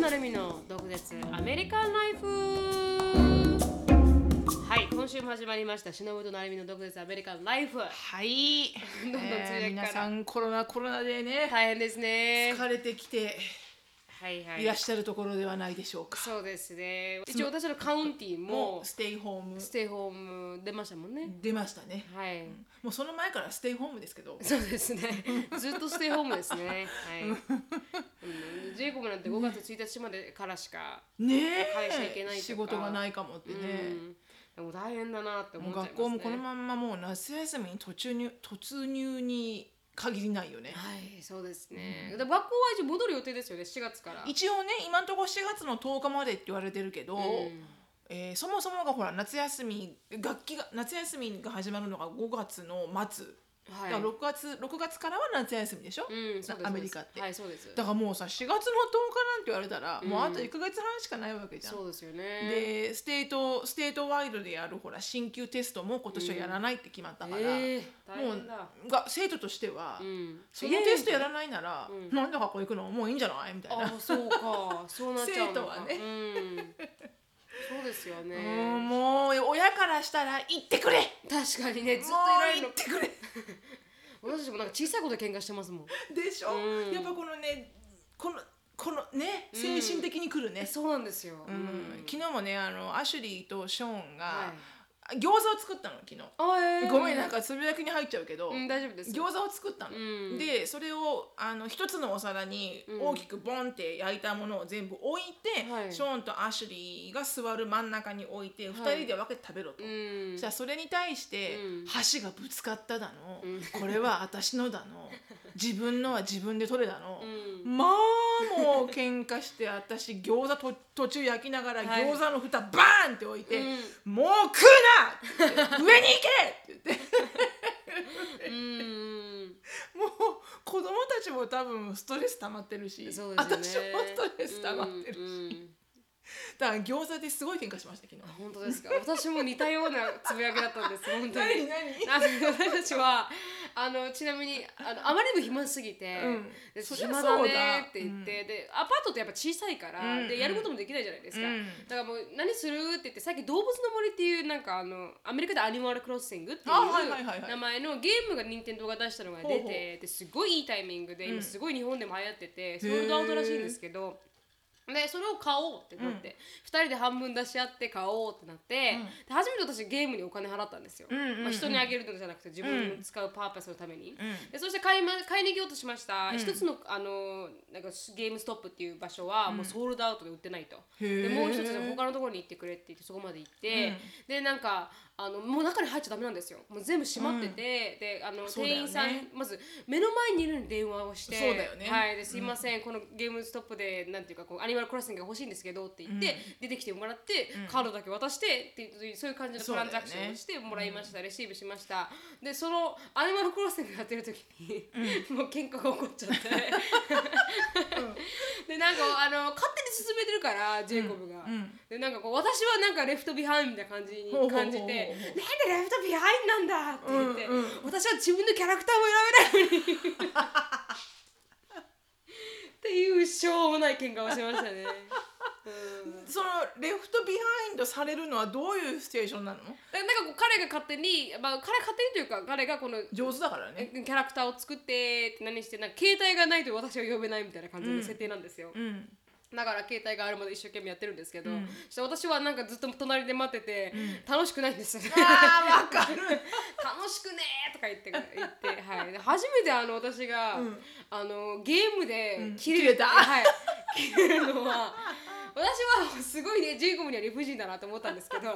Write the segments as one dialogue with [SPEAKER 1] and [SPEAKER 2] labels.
[SPEAKER 1] なるみの独舌アメリカンライフはい今週も始まりましたしのぶとなるみの独舌アメリカンライフ
[SPEAKER 2] はい、
[SPEAKER 1] どんどん
[SPEAKER 2] えー
[SPEAKER 1] 通訳から
[SPEAKER 2] 皆さんコロナコロナでね、
[SPEAKER 1] 大変ですね
[SPEAKER 2] 疲れてきて
[SPEAKER 1] はいはい
[SPEAKER 2] いらっしゃるところではないでしょうか、
[SPEAKER 1] そうですね一応私のカウンティ
[SPEAKER 2] も
[SPEAKER 1] も
[SPEAKER 2] うステイホーム
[SPEAKER 1] ステイホーム出ましたもんね
[SPEAKER 2] 出ましたね
[SPEAKER 1] はい
[SPEAKER 2] もうその前からステイホームですけど
[SPEAKER 1] そうですねずっとステイホームですねはい、うん、ジェイコブなんて5月1日までからしか
[SPEAKER 2] ね
[SPEAKER 1] 会社行けないと
[SPEAKER 2] え
[SPEAKER 1] か
[SPEAKER 2] 仕事がないかもってね、
[SPEAKER 1] うん、でも大変だなって思
[SPEAKER 2] も
[SPEAKER 1] っ
[SPEAKER 2] う
[SPEAKER 1] ちゃいます、
[SPEAKER 2] 学
[SPEAKER 1] ね、
[SPEAKER 2] 校もこのまんまもう夏休みに途中に突入に限りないよね
[SPEAKER 1] はい、そうですね。で学校は一応戻る予定ですよね、4月から。
[SPEAKER 2] 一応ね今のところ4月の10日までって言われてるけど、
[SPEAKER 1] うん
[SPEAKER 2] えーそもそもがほら夏休み楽器が夏休みが始まるのが5月の末、
[SPEAKER 1] は
[SPEAKER 2] だから6月6月からは夏休みでしょ、
[SPEAKER 1] うん、そうです
[SPEAKER 2] アメリカって
[SPEAKER 1] はい、そうです。
[SPEAKER 2] だからもうさ4月の10日なんて言われたら、もうあと1ヶ月半しかないわけじゃん
[SPEAKER 1] そうですよね。
[SPEAKER 2] でステートステートワイドでやるほら進級テストも今年はやらないって決まったから、
[SPEAKER 1] えー、大
[SPEAKER 2] も
[SPEAKER 1] 変だ。
[SPEAKER 2] うが生徒としては、
[SPEAKER 1] うん。
[SPEAKER 2] そのテストや
[SPEAKER 1] ら
[SPEAKER 2] らないなら、
[SPEAKER 1] うん
[SPEAKER 2] なんで学校行くのもういいんじゃないみたいな
[SPEAKER 1] あー、そうか。そうなっちゃうのか。
[SPEAKER 2] 生徒はね
[SPEAKER 1] うん。そうですよ
[SPEAKER 2] う
[SPEAKER 1] ね。
[SPEAKER 2] んもう親からしたら行ってくれも
[SPEAKER 1] 確かにね、ずっといられ
[SPEAKER 2] う
[SPEAKER 1] る
[SPEAKER 2] 行ってくれ
[SPEAKER 1] の。私たちもなんか小さいことで喧嘩してますもん。
[SPEAKER 2] でしょ、
[SPEAKER 1] うん
[SPEAKER 2] やっぱこのねこのこのね精神的にくるね、
[SPEAKER 1] そうなんですよ。
[SPEAKER 2] うん昨日もねあのアシュリーとショーンが、
[SPEAKER 1] はい
[SPEAKER 2] 餃子を作ったの昨日、
[SPEAKER 1] あ、えー
[SPEAKER 2] ごめんなん。かつぶやきに入っちゃうけど、
[SPEAKER 1] うん、大丈夫です。
[SPEAKER 2] 餃子を作ったの、
[SPEAKER 1] うん
[SPEAKER 2] でそれをあの一つのお皿に
[SPEAKER 1] うん
[SPEAKER 2] 大きくボンって焼いたものを全部置いて、
[SPEAKER 1] はい
[SPEAKER 2] ショーンとアシュリーが座る真ん中に置いて、
[SPEAKER 1] はい
[SPEAKER 2] 二人で分けて食べろと、
[SPEAKER 1] うん。
[SPEAKER 2] じゃあそれに対して、
[SPEAKER 1] うん
[SPEAKER 2] 箸がぶつかっただの、
[SPEAKER 1] うん
[SPEAKER 2] これは私のだの自分のは自分で取れだの
[SPEAKER 1] う、ん。
[SPEAKER 2] まあもう喧嘩して私餃子と途中焼きながら
[SPEAKER 1] はい
[SPEAKER 2] 餃子の蓋バーンって置いて「
[SPEAKER 1] うん
[SPEAKER 2] もう食うな!」って「上に行け!」って言って
[SPEAKER 1] うん。
[SPEAKER 2] もう子供たちも多分ストレス溜まってるし、私
[SPEAKER 1] そう
[SPEAKER 2] も
[SPEAKER 1] です
[SPEAKER 2] ス
[SPEAKER 1] よね。
[SPEAKER 2] トレス溜まってるし、
[SPEAKER 1] うんうん
[SPEAKER 2] だから餃子ですごい喧嘩しました昨日
[SPEAKER 1] あ。本当ですか。私も似たようなつぶやきだったん です。本当
[SPEAKER 2] 何
[SPEAKER 1] に。
[SPEAKER 2] 何
[SPEAKER 1] あの私たちはあのちなみにあのあまりにも暇すぎて、
[SPEAKER 2] うん
[SPEAKER 1] で
[SPEAKER 2] そりゃ
[SPEAKER 1] 暇だ
[SPEAKER 2] そう
[SPEAKER 1] ね
[SPEAKER 2] だ
[SPEAKER 1] って言って、でアパートってやっぱ小さいから、
[SPEAKER 2] うん
[SPEAKER 1] でやることもできないじゃないですか、
[SPEAKER 2] うん
[SPEAKER 1] だからもう何するって言ってさっき「動物の森」っていうなんかあのアメリカで「アニマルクロッシング」ってい
[SPEAKER 2] あはいはいはいは
[SPEAKER 1] う
[SPEAKER 2] い
[SPEAKER 1] 名前のゲームが任天堂が出したのが出て
[SPEAKER 2] ほうほう
[SPEAKER 1] ですごいいいタイミングで
[SPEAKER 2] う
[SPEAKER 1] 今
[SPEAKER 2] ん
[SPEAKER 1] すごい日本でも流行っててソールドアウトらしいんですけど。でそれを買おうってなって、2人で半分出し合って買おうってなって、
[SPEAKER 2] うん
[SPEAKER 1] で初めて私ゲームにお金払ったんですよ、
[SPEAKER 2] うんうんうん
[SPEAKER 1] まあ、人にあげるのじゃなくて自分の使うパーパスのために、
[SPEAKER 2] うん
[SPEAKER 1] でそして買い,、ま、買いに行こうとしました、
[SPEAKER 2] うん
[SPEAKER 1] 一つのあのなんかゲームストップっていう場所はもうソールドアウトで売ってないと、
[SPEAKER 2] へ
[SPEAKER 1] で
[SPEAKER 2] ー
[SPEAKER 1] もう一つ他のところに行ってくれって言ってそこまで行って、
[SPEAKER 2] うん
[SPEAKER 1] でなんかあのもう中に入っちゃダメなんですよもう全部閉まってて、であの、
[SPEAKER 2] そう
[SPEAKER 1] 店
[SPEAKER 2] だよね
[SPEAKER 1] 員さんまず目の前にいるのに電話をして
[SPEAKER 2] そうだよね
[SPEAKER 1] はい、ですいません、このゲームストップでなんていうかこうアニマルクロッシングが欲しいんですけどって言って、出てきてもらって、カードだけ渡してっていうそういう感じのプランザクションをしてもらいました、レシーブしましたでそのアニマルクロッシングやってる時に、 もう喧嘩が起こっちゃってでなんかあの勝手に進めてるからジェイコブが、
[SPEAKER 2] うんうん
[SPEAKER 1] でなんかこう私はなんかレフトビハインドみたいな感じに
[SPEAKER 2] ほうほうほうほう
[SPEAKER 1] 感じて「なんでレフトビハインドなんだ!」って言って、
[SPEAKER 2] うんうん
[SPEAKER 1] 私は自分のキャラクターも選べないのにっていうしょうもない喧嘩をしましたね。うん
[SPEAKER 2] そのレフトビハインドされるのはどういうステーションなの
[SPEAKER 1] だなんかこう彼が勝手に、まあ、彼勝手にというか彼がこの
[SPEAKER 2] 上手だからね。
[SPEAKER 1] キャラクターを作ってって何してなんか携帯がないと私は呼べないみたいな感じの設定なんですよ、
[SPEAKER 2] うん
[SPEAKER 1] だから携帯があるまで一生懸命やってるんですけど、
[SPEAKER 2] うん
[SPEAKER 1] そして私はなんかずっと隣で待ってて、楽しくないんですよね
[SPEAKER 2] あーわかる
[SPEAKER 1] 楽しくねーとか言って言って、はい、で初めてあの私が、
[SPEAKER 2] うん
[SPEAKER 1] あのゲームで
[SPEAKER 2] ん
[SPEAKER 1] 切れる
[SPEAKER 2] 切れた
[SPEAKER 1] はい、切れるのは私はすごいねジェイコムには理不尽だなと思ったんです けど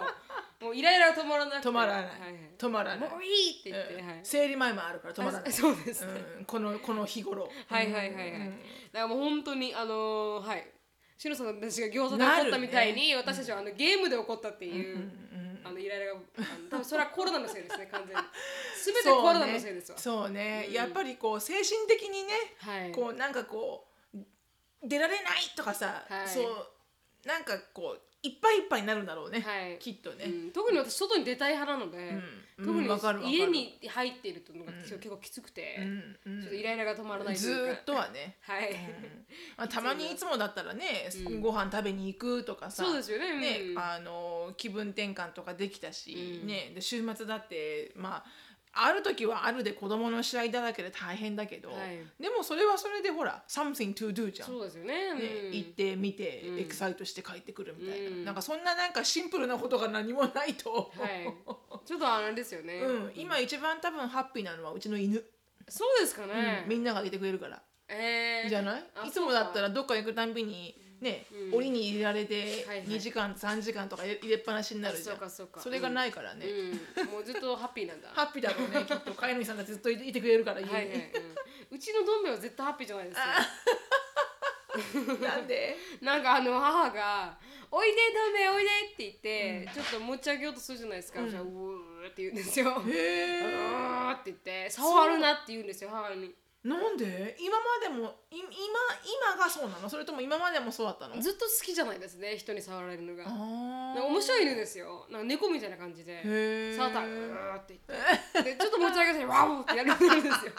[SPEAKER 1] もうイライラが止まらなくて
[SPEAKER 2] 止まらない
[SPEAKER 1] はいはい
[SPEAKER 2] 止まらない
[SPEAKER 1] もういいって言って、
[SPEAKER 2] うん
[SPEAKER 1] はい
[SPEAKER 2] 生理前もあるから止まらな
[SPEAKER 1] あ
[SPEAKER 2] い、
[SPEAKER 1] そうですね、
[SPEAKER 2] うん、このこの日頃
[SPEAKER 1] はいはいはいはい、だからもう本当にあのーはいしのさんの私が餃子で怒ったみたいに、私たちはあのゲームで怒ったっていう、あのイライラがあ の多分それはコロナのせいですね完 全に全てコロナのせいですわ、
[SPEAKER 2] そうねそうねやっぱりこう精神的にね、
[SPEAKER 1] はい
[SPEAKER 2] こうなんかこう出られないとかさ、
[SPEAKER 1] はい
[SPEAKER 2] そうなんかこういっぱいいっぱいになるんだろうね、
[SPEAKER 1] はい
[SPEAKER 2] きっとね、
[SPEAKER 1] うん特に私外に出たい派なので、
[SPEAKER 2] うん
[SPEAKER 1] 特
[SPEAKER 2] うんわかるわか
[SPEAKER 1] に
[SPEAKER 2] る
[SPEAKER 1] 家に入っているというのが
[SPEAKER 2] うん
[SPEAKER 1] 結構きつくて、
[SPEAKER 2] うんうん
[SPEAKER 1] ちょっとイライラが止まらないと
[SPEAKER 2] ず
[SPEAKER 1] いうか
[SPEAKER 2] ーっとはね、
[SPEAKER 1] はい、
[SPEAKER 2] うん まあ、たまにいつもだったらね、
[SPEAKER 1] うん
[SPEAKER 2] ご飯食べに行くとかさ
[SPEAKER 1] そうですよね
[SPEAKER 2] ね
[SPEAKER 1] うん
[SPEAKER 2] あの気分転換とかできたし、
[SPEAKER 1] うん
[SPEAKER 2] ね、で週末だってまあある時はあるで子供の試合だらけで大変だけど、
[SPEAKER 1] はい
[SPEAKER 2] でもそれはそれでほら something to do じゃん。
[SPEAKER 1] そうですよね
[SPEAKER 2] ね
[SPEAKER 1] うん
[SPEAKER 2] 行って見て、
[SPEAKER 1] うん
[SPEAKER 2] エキサイトして帰ってくるみたいな、
[SPEAKER 1] うん
[SPEAKER 2] なんかそんななんかシンプルなことが何もないと、
[SPEAKER 1] はい、ちょっとあれですよね、
[SPEAKER 2] うん、今一番多分ハッピーなのはうちの犬、
[SPEAKER 1] そうですかね、
[SPEAKER 2] うんみんながあげてくれるから、
[SPEAKER 1] えー
[SPEAKER 2] じゃない
[SPEAKER 1] あ
[SPEAKER 2] いつもだったら
[SPEAKER 1] そう
[SPEAKER 2] どっか行くたんびにね、
[SPEAKER 1] うん
[SPEAKER 2] 檻に入れられて
[SPEAKER 1] はいはい
[SPEAKER 2] 2時間3時間とか入れ入れっぱなしになるじゃん
[SPEAKER 1] あそうかそうか
[SPEAKER 2] れがないからね、
[SPEAKER 1] かうん、もうずっとハッピーなんだ
[SPEAKER 2] ハッピーだろう ねきっと飼い主さんがずっといていてくれるから家に、
[SPEAKER 1] はいはい、うん、うちのどん兵衛は絶対ハッピーじゃないですよ
[SPEAKER 2] なんで
[SPEAKER 1] なんかあの母が「おいでどん兵衛おいで」って言って、ちょっと持ち上げようとするじゃないですか、
[SPEAKER 2] うん
[SPEAKER 1] じゃあうーって言うんですよ「う
[SPEAKER 2] へえ
[SPEAKER 1] ー」って言って「触るな」って言うんですよ母に
[SPEAKER 2] なんで今までもい今今がそうなのそれとも今までもそうだったの
[SPEAKER 1] ずっと好きじゃないですね人に触られるのが
[SPEAKER 2] あー
[SPEAKER 1] なんか面白い犬ですよなんか猫みたいな感じで
[SPEAKER 2] へえ
[SPEAKER 1] 触ったら「うー」って言 ってでちょっと持ち上げて「わお!」ってやるんですよ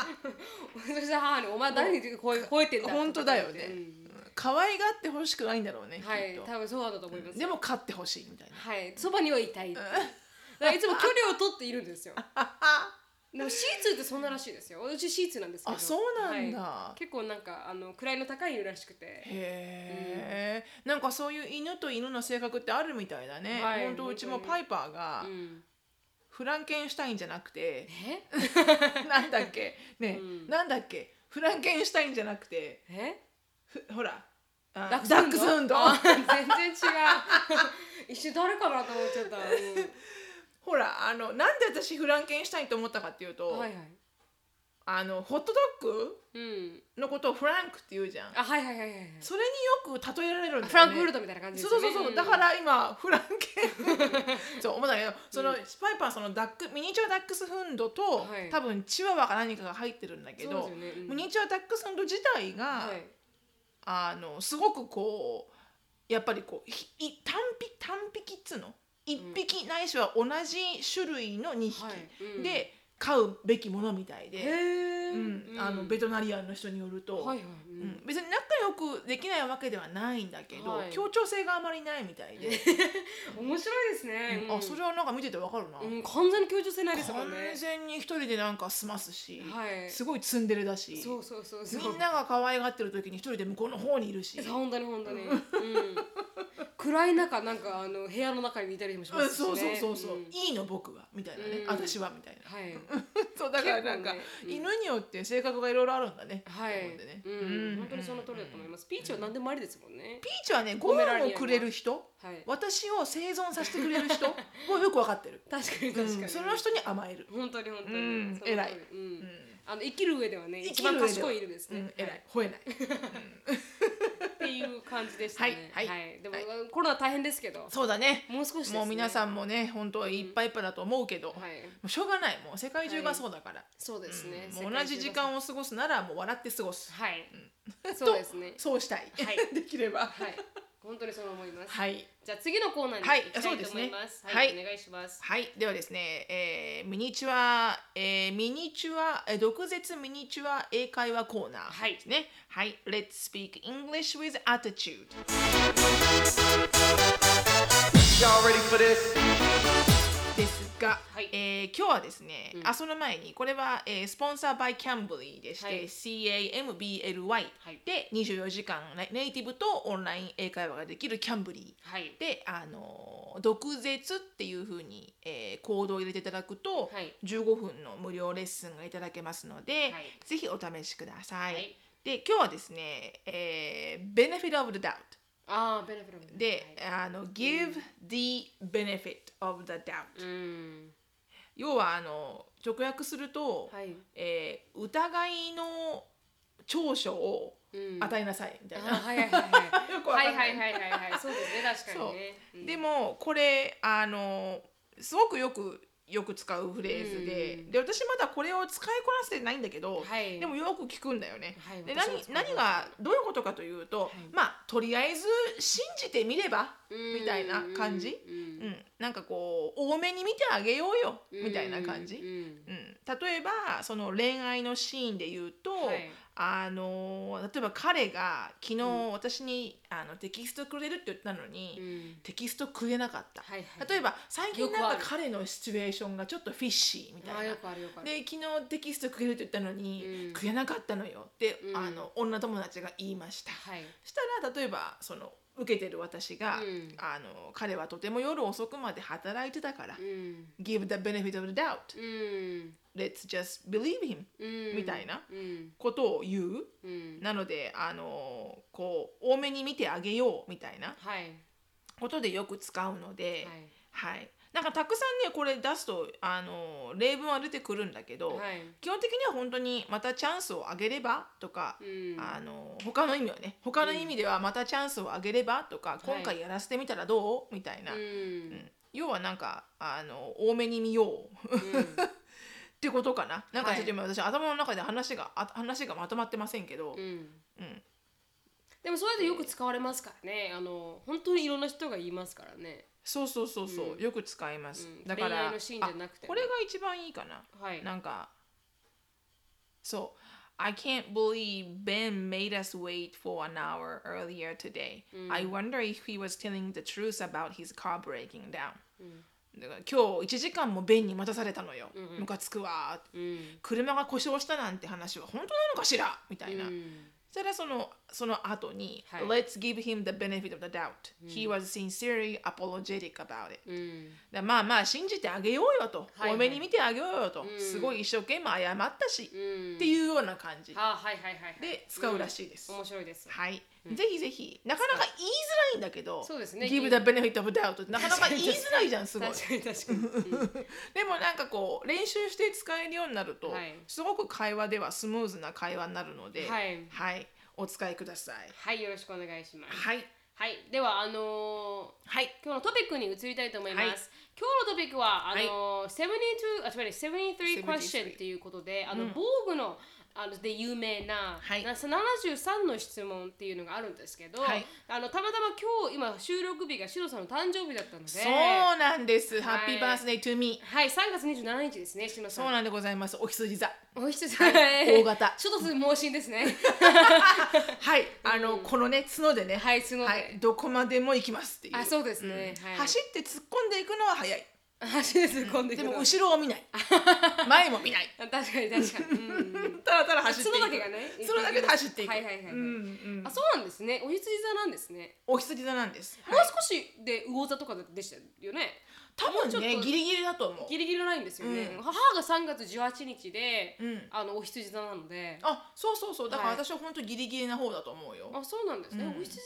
[SPEAKER 1] そして母に「お前誰にこう吠えてんだ」
[SPEAKER 2] 本当だよ
[SPEAKER 1] とか言
[SPEAKER 2] ね
[SPEAKER 1] って
[SPEAKER 2] 可愛がってほしくないんだろうね、
[SPEAKER 1] うんはい
[SPEAKER 2] きっと
[SPEAKER 1] 多分そうだと思います
[SPEAKER 2] でも飼ってほしいみたいな
[SPEAKER 1] はい、そばにはいたいっていう。だからいつも距離を取っているん ですよ。でもシーツってそんならしいですよ。うちシーツなんですけど。
[SPEAKER 2] あそうなんだ
[SPEAKER 1] はい結構なんかあの位の高い犬らしくて。
[SPEAKER 2] へえ、なんかそういう犬と犬の性格ってあるみたいだね、
[SPEAKER 1] はい
[SPEAKER 2] 本当うちも
[SPEAKER 1] 本当に
[SPEAKER 2] パイパーが
[SPEAKER 1] うん。
[SPEAKER 2] フランケンシュタインじゃなく て、
[SPEAKER 1] え？
[SPEAKER 2] なんだっけね、
[SPEAKER 1] うん
[SPEAKER 2] なんだっけフランケンシュタインじゃなくて
[SPEAKER 1] え？
[SPEAKER 2] ふほらあ
[SPEAKER 1] ダックス
[SPEAKER 2] ダックスフンド
[SPEAKER 1] あ全然違う。 一瞬誰かなと思っちゃった。う
[SPEAKER 2] ほらあのなんで私フランケンシュタインと思ったかっていうと、
[SPEAKER 1] ん、はいはい。
[SPEAKER 2] あのホットドッグ
[SPEAKER 1] うん。
[SPEAKER 2] のことをフランクって言うじゃん
[SPEAKER 1] あはいはいはいはいはい。
[SPEAKER 2] それによく例えられるんだよね
[SPEAKER 1] フランクフルトみたいな感じです
[SPEAKER 2] そう
[SPEAKER 1] よね。
[SPEAKER 2] そうそうそう、
[SPEAKER 1] ん
[SPEAKER 2] だから今フラン ケンそう思ったんだけどその、スパイパーはそのダックミニチュアダックスフンドと、
[SPEAKER 1] はい
[SPEAKER 2] 多分チワワか何かが入ってるんだけ
[SPEAKER 1] そう
[SPEAKER 2] ど、
[SPEAKER 1] ですよねうん
[SPEAKER 2] ミニチュアダックスフンド自体が、
[SPEAKER 1] はい。
[SPEAKER 2] あのすごくこうやっぱりこうひい単匹単匹っつうの一匹ないしは同じ種類の2匹、
[SPEAKER 1] はいうん
[SPEAKER 2] で飼うべきものみたい
[SPEAKER 1] へ
[SPEAKER 2] で、
[SPEAKER 1] え。
[SPEAKER 2] うん、あのベトナリアンの人によると。
[SPEAKER 1] はいはい。う
[SPEAKER 2] うん
[SPEAKER 1] ん
[SPEAKER 2] 別に仲良くできないわけではないんだけど、
[SPEAKER 1] はい
[SPEAKER 2] 協調性があまりないみたいで、
[SPEAKER 1] 面白いですね。うん
[SPEAKER 2] あそれはなんか見ててわかるな、
[SPEAKER 1] うん完全に強調性ないですも
[SPEAKER 2] 完
[SPEAKER 1] んね。
[SPEAKER 2] 全に一人でなんか済ますし、
[SPEAKER 1] はい
[SPEAKER 2] すごいツンデレだし
[SPEAKER 1] そうそうそうそう。
[SPEAKER 2] みんなが可愛がってる時に一人で向こうの方にいるし、
[SPEAKER 1] 本当に本当に、うん、暗い中なんかあの部屋の中にいたりもしま
[SPEAKER 2] うん
[SPEAKER 1] すし、ね
[SPEAKER 2] そうそうそうそう、
[SPEAKER 1] ん
[SPEAKER 2] いいの僕はみたいなね、
[SPEAKER 1] うん
[SPEAKER 2] 私は みたいな
[SPEAKER 1] はい
[SPEAKER 2] そうだからなんか、
[SPEAKER 1] 結構ねうん
[SPEAKER 2] 犬によって性格がいろいろあるんだね、
[SPEAKER 1] はい
[SPEAKER 2] と思ってね
[SPEAKER 1] うん
[SPEAKER 2] うん
[SPEAKER 1] 本当にその通りだと思います、ピーチは何でもありですもんね
[SPEAKER 2] ピーチはねご飯をくれる人
[SPEAKER 1] はい
[SPEAKER 2] 私を生存させてくれる人 をよくわかってる
[SPEAKER 1] 確かに確かに、
[SPEAKER 2] うんその人に甘える、
[SPEAKER 1] 本当に本当に、
[SPEAKER 2] うん
[SPEAKER 1] その通り
[SPEAKER 2] 偉い
[SPEAKER 1] うん
[SPEAKER 2] うん
[SPEAKER 1] あの生きる上ではね
[SPEAKER 2] 生
[SPEAKER 1] 一
[SPEAKER 2] きる上
[SPEAKER 1] 番
[SPEAKER 2] では
[SPEAKER 1] 賢い犬です
[SPEAKER 2] う
[SPEAKER 1] ね、
[SPEAKER 2] ん、偉、
[SPEAKER 1] はい
[SPEAKER 2] 吠えない。
[SPEAKER 1] っていう感じでしたね
[SPEAKER 2] はいはい
[SPEAKER 1] でも、
[SPEAKER 2] はい
[SPEAKER 1] コロナ大変ですけど
[SPEAKER 2] そうだね。
[SPEAKER 1] もう少しです、ね、
[SPEAKER 2] もう皆
[SPEAKER 1] ん
[SPEAKER 2] さんもね、本当いっぱいいっぱいだと思うけど、も
[SPEAKER 1] はいう
[SPEAKER 2] しょうがない。もう世界中がそうだから。
[SPEAKER 1] そうですね、
[SPEAKER 2] もう同じ時間を過ごすなら、もう笑って過ごす。
[SPEAKER 1] はい、そうです ね
[SPEAKER 2] そうしたい。
[SPEAKER 1] はい
[SPEAKER 2] できれば。
[SPEAKER 1] はい本当にそう思います
[SPEAKER 2] はい。
[SPEAKER 1] じゃあ次のコーナーに
[SPEAKER 2] はい
[SPEAKER 1] 行きたいと思います。
[SPEAKER 2] そうですね
[SPEAKER 1] はい、
[SPEAKER 2] はい
[SPEAKER 1] お願いします。
[SPEAKER 2] はい、ではですね、えーミニチュア、えーミニチュア、えー毒舌ミニチュア英会話コーナ
[SPEAKER 1] は
[SPEAKER 2] ー
[SPEAKER 1] い
[SPEAKER 2] ですね。はい、Let's speak English with attitude。
[SPEAKER 3] Y'all ready for this?
[SPEAKER 2] ですが、
[SPEAKER 1] はい
[SPEAKER 2] えー今日はですね、
[SPEAKER 1] うん
[SPEAKER 2] あその前にこれは、えースポンサーバイキャンブリーでして、
[SPEAKER 1] はい
[SPEAKER 2] CAMBLY、
[SPEAKER 1] い
[SPEAKER 2] で24時間ネネイティブとオンライン英会話ができるキャンブリー
[SPEAKER 1] はい。
[SPEAKER 2] で、あのー毒舌っていうふうに、えーコードを入れていただくと、
[SPEAKER 1] はい
[SPEAKER 2] 15分の無料レッスンがいただけますので、
[SPEAKER 1] はい
[SPEAKER 2] ぜひお試しください。
[SPEAKER 1] はい
[SPEAKER 2] で今日はですね、えー、Benefit of the Doubt
[SPEAKER 1] ああ、ベネフィット。
[SPEAKER 2] で、あの Give the benefit of the doubt、
[SPEAKER 1] はい、うん。
[SPEAKER 2] 要はあの直訳すると、
[SPEAKER 1] はい。
[SPEAKER 2] えー疑いの長所を
[SPEAKER 1] うん。
[SPEAKER 2] 与えなさいみた
[SPEAKER 1] あ
[SPEAKER 2] い
[SPEAKER 1] ー
[SPEAKER 2] な、
[SPEAKER 1] はいはい はい。
[SPEAKER 2] よくわ
[SPEAKER 1] は
[SPEAKER 2] か
[SPEAKER 1] い
[SPEAKER 2] んな、
[SPEAKER 1] はいいはいはいはい。そうですね、確かにね。
[SPEAKER 2] そう
[SPEAKER 1] うん
[SPEAKER 2] でもこれあのすごくよくよく使うフレーズで、
[SPEAKER 1] うん
[SPEAKER 2] で私まだこれを使いこなせてないんだけど、
[SPEAKER 1] はい
[SPEAKER 2] でもよく聞くんだよね。
[SPEAKER 1] はい
[SPEAKER 2] で
[SPEAKER 1] 私
[SPEAKER 2] 何
[SPEAKER 1] もそう
[SPEAKER 2] 何がどういうことかというと、まあとりあえず信じてみれば、みたいな感じ、
[SPEAKER 1] うんうん
[SPEAKER 2] うん、なんかこう多めに見てあげようよ
[SPEAKER 1] うん
[SPEAKER 2] みたいな感じ。
[SPEAKER 1] うん
[SPEAKER 2] うん、例えばその恋愛のシーンで言うと、
[SPEAKER 1] はい
[SPEAKER 2] あの例えば彼が昨日私に、あのテキストくれるって言ったのに、
[SPEAKER 1] うん
[SPEAKER 2] テキストくれなかった、
[SPEAKER 1] はいはい
[SPEAKER 2] 例えば最近
[SPEAKER 1] よく
[SPEAKER 2] な
[SPEAKER 1] あ
[SPEAKER 2] ん
[SPEAKER 1] る
[SPEAKER 2] か彼のシチュエーションがちょっとフィッシーみ
[SPEAKER 1] あ
[SPEAKER 2] た
[SPEAKER 1] ー
[SPEAKER 2] いな
[SPEAKER 1] よくあるよくある
[SPEAKER 2] で昨日テキストくれるって言ったのに、
[SPEAKER 1] うん
[SPEAKER 2] くれなかったのよって、
[SPEAKER 1] うん
[SPEAKER 2] あの女友達が言いました、
[SPEAKER 1] はい
[SPEAKER 2] したら例えばその受けてる私が、
[SPEAKER 1] うん
[SPEAKER 2] あの彼はとても夜遅くまで働いてたから、
[SPEAKER 1] うん、
[SPEAKER 2] give the benefit of the doubt
[SPEAKER 1] うん、
[SPEAKER 2] let's just believe him
[SPEAKER 1] うん
[SPEAKER 2] みたいな
[SPEAKER 1] うん、
[SPEAKER 2] ことを言う、
[SPEAKER 1] うん、
[SPEAKER 2] なのであのこう多めに見てあげようみたいな
[SPEAKER 1] はい、
[SPEAKER 2] ことでよく使うので、
[SPEAKER 1] はい、
[SPEAKER 2] はいなんかたくさんねこれ出すとあの例文は出てくるんだけ
[SPEAKER 1] は
[SPEAKER 2] ど、
[SPEAKER 1] い
[SPEAKER 2] 基本的には本当にまたチャンスをあげればとか、
[SPEAKER 1] うん
[SPEAKER 2] あの他の意味はね他の意味ではまたチャンスをあげればとか、
[SPEAKER 1] はい
[SPEAKER 2] 今回やらせてみたらどうみたいな、
[SPEAKER 1] うん、
[SPEAKER 2] うん要はなんかあの多めに見よう っ
[SPEAKER 1] うん
[SPEAKER 2] てことかななんかちょっと
[SPEAKER 1] は
[SPEAKER 2] 今私頭の中で話があ話がまとまってませんけど、
[SPEAKER 1] うん、
[SPEAKER 2] うん
[SPEAKER 1] でもそうやってよく使われますからね、あの本当にいろんな人が言いますからね。
[SPEAKER 2] そうそうそうそう、よく使います、
[SPEAKER 1] うん
[SPEAKER 2] だか
[SPEAKER 1] 恋
[SPEAKER 2] ら
[SPEAKER 1] 愛のシーンじゃなくて
[SPEAKER 2] あこれが一番いいかな、
[SPEAKER 1] はい。
[SPEAKER 2] なんかそう I can't believe Ben made us wait for an hour earlier today、I wonder if he was telling the truth about his car breaking down、だから今日1時間もベンに待たされたのよ、ムカつくわー、
[SPEAKER 1] うん、
[SPEAKER 2] 車が故障したなんて話は本当なのかしらみたいな、
[SPEAKER 1] うん、
[SPEAKER 2] そしたらそのその後に、
[SPEAKER 1] はい
[SPEAKER 2] Let's give him the benefit of the doubt、He was sincerely apologetic about it
[SPEAKER 1] うん、
[SPEAKER 2] だまあまあ信じてあげようよと、
[SPEAKER 1] はいはい
[SPEAKER 2] 多めに見てあげようよと、
[SPEAKER 1] ん
[SPEAKER 2] すごい一生懸命謝ったし、
[SPEAKER 1] うん
[SPEAKER 2] っていうような感じ
[SPEAKER 1] あ、はいはいはいはい。
[SPEAKER 2] で使うらしいです。
[SPEAKER 1] 面白いです。
[SPEAKER 2] はい、ぜひぜひなかなか言いづらいんだけど
[SPEAKER 1] そうですね
[SPEAKER 2] Give the benefit of doubt ってなかなか言いづらいじゃんすごい
[SPEAKER 1] 確かに確かに。うん
[SPEAKER 2] でもなんかこう練習して使えるようになると、
[SPEAKER 1] はい
[SPEAKER 2] すごく会話ではスムーズな会話になるので、
[SPEAKER 1] はい
[SPEAKER 2] はいお使いください
[SPEAKER 1] はい、よろしくお願いします。
[SPEAKER 2] はい
[SPEAKER 1] はい、ではあのー
[SPEAKER 2] はい
[SPEAKER 1] 今日のトピックに移りたいと思います。
[SPEAKER 2] はい
[SPEAKER 1] 今日のトピックはあの、72あ違う73 question っていうことで、あの防具のあので有名な、
[SPEAKER 2] はい
[SPEAKER 1] な73の質問っていうのがあるんですけど、
[SPEAKER 2] はい
[SPEAKER 1] あのたまたま今日今収録日がシロさんの誕生日だったので、
[SPEAKER 2] そうなんです、ハッピーバースデー to me
[SPEAKER 1] はい3月27日ですねシロさ。
[SPEAKER 2] そうんなんでございますお羊座
[SPEAKER 1] お一つ、
[SPEAKER 2] 大型
[SPEAKER 1] ちょっと猛進です ね。
[SPEAKER 2] はい、あの、このね角でね、
[SPEAKER 1] はい角で
[SPEAKER 2] はい、どこまでも行きますっていう。
[SPEAKER 1] あそうですね。はい。
[SPEAKER 2] 走って突っ込んでいくのは早い。
[SPEAKER 1] 走り突っ込んでい
[SPEAKER 2] で
[SPEAKER 1] くの
[SPEAKER 2] も後ろを見ない。前も見 ない。
[SPEAKER 1] 確かに確かに。うんうん
[SPEAKER 2] ただただ 走っていく。
[SPEAKER 1] 角だけがね
[SPEAKER 2] 角だけで走っていく。
[SPEAKER 1] はいはいはいはい
[SPEAKER 2] うんうん
[SPEAKER 1] あ、そうなんですね。お羊座なんですね。
[SPEAKER 2] お羊座なんです。
[SPEAKER 1] もう少しで魚座とかでしたよね。
[SPEAKER 2] 多分
[SPEAKER 1] もうち
[SPEAKER 2] ね
[SPEAKER 1] ょっと
[SPEAKER 2] ギリギリだと思う
[SPEAKER 1] ギ。リギリのラインですよね。
[SPEAKER 2] うん
[SPEAKER 1] 母が3月18日で、
[SPEAKER 2] うん
[SPEAKER 1] あのお羊座なので。
[SPEAKER 2] あ、そうそうそう。だから
[SPEAKER 1] はい
[SPEAKER 2] 私は本当ギリギリな方だと思うよ。
[SPEAKER 1] あ、そうなんですね。お羊座？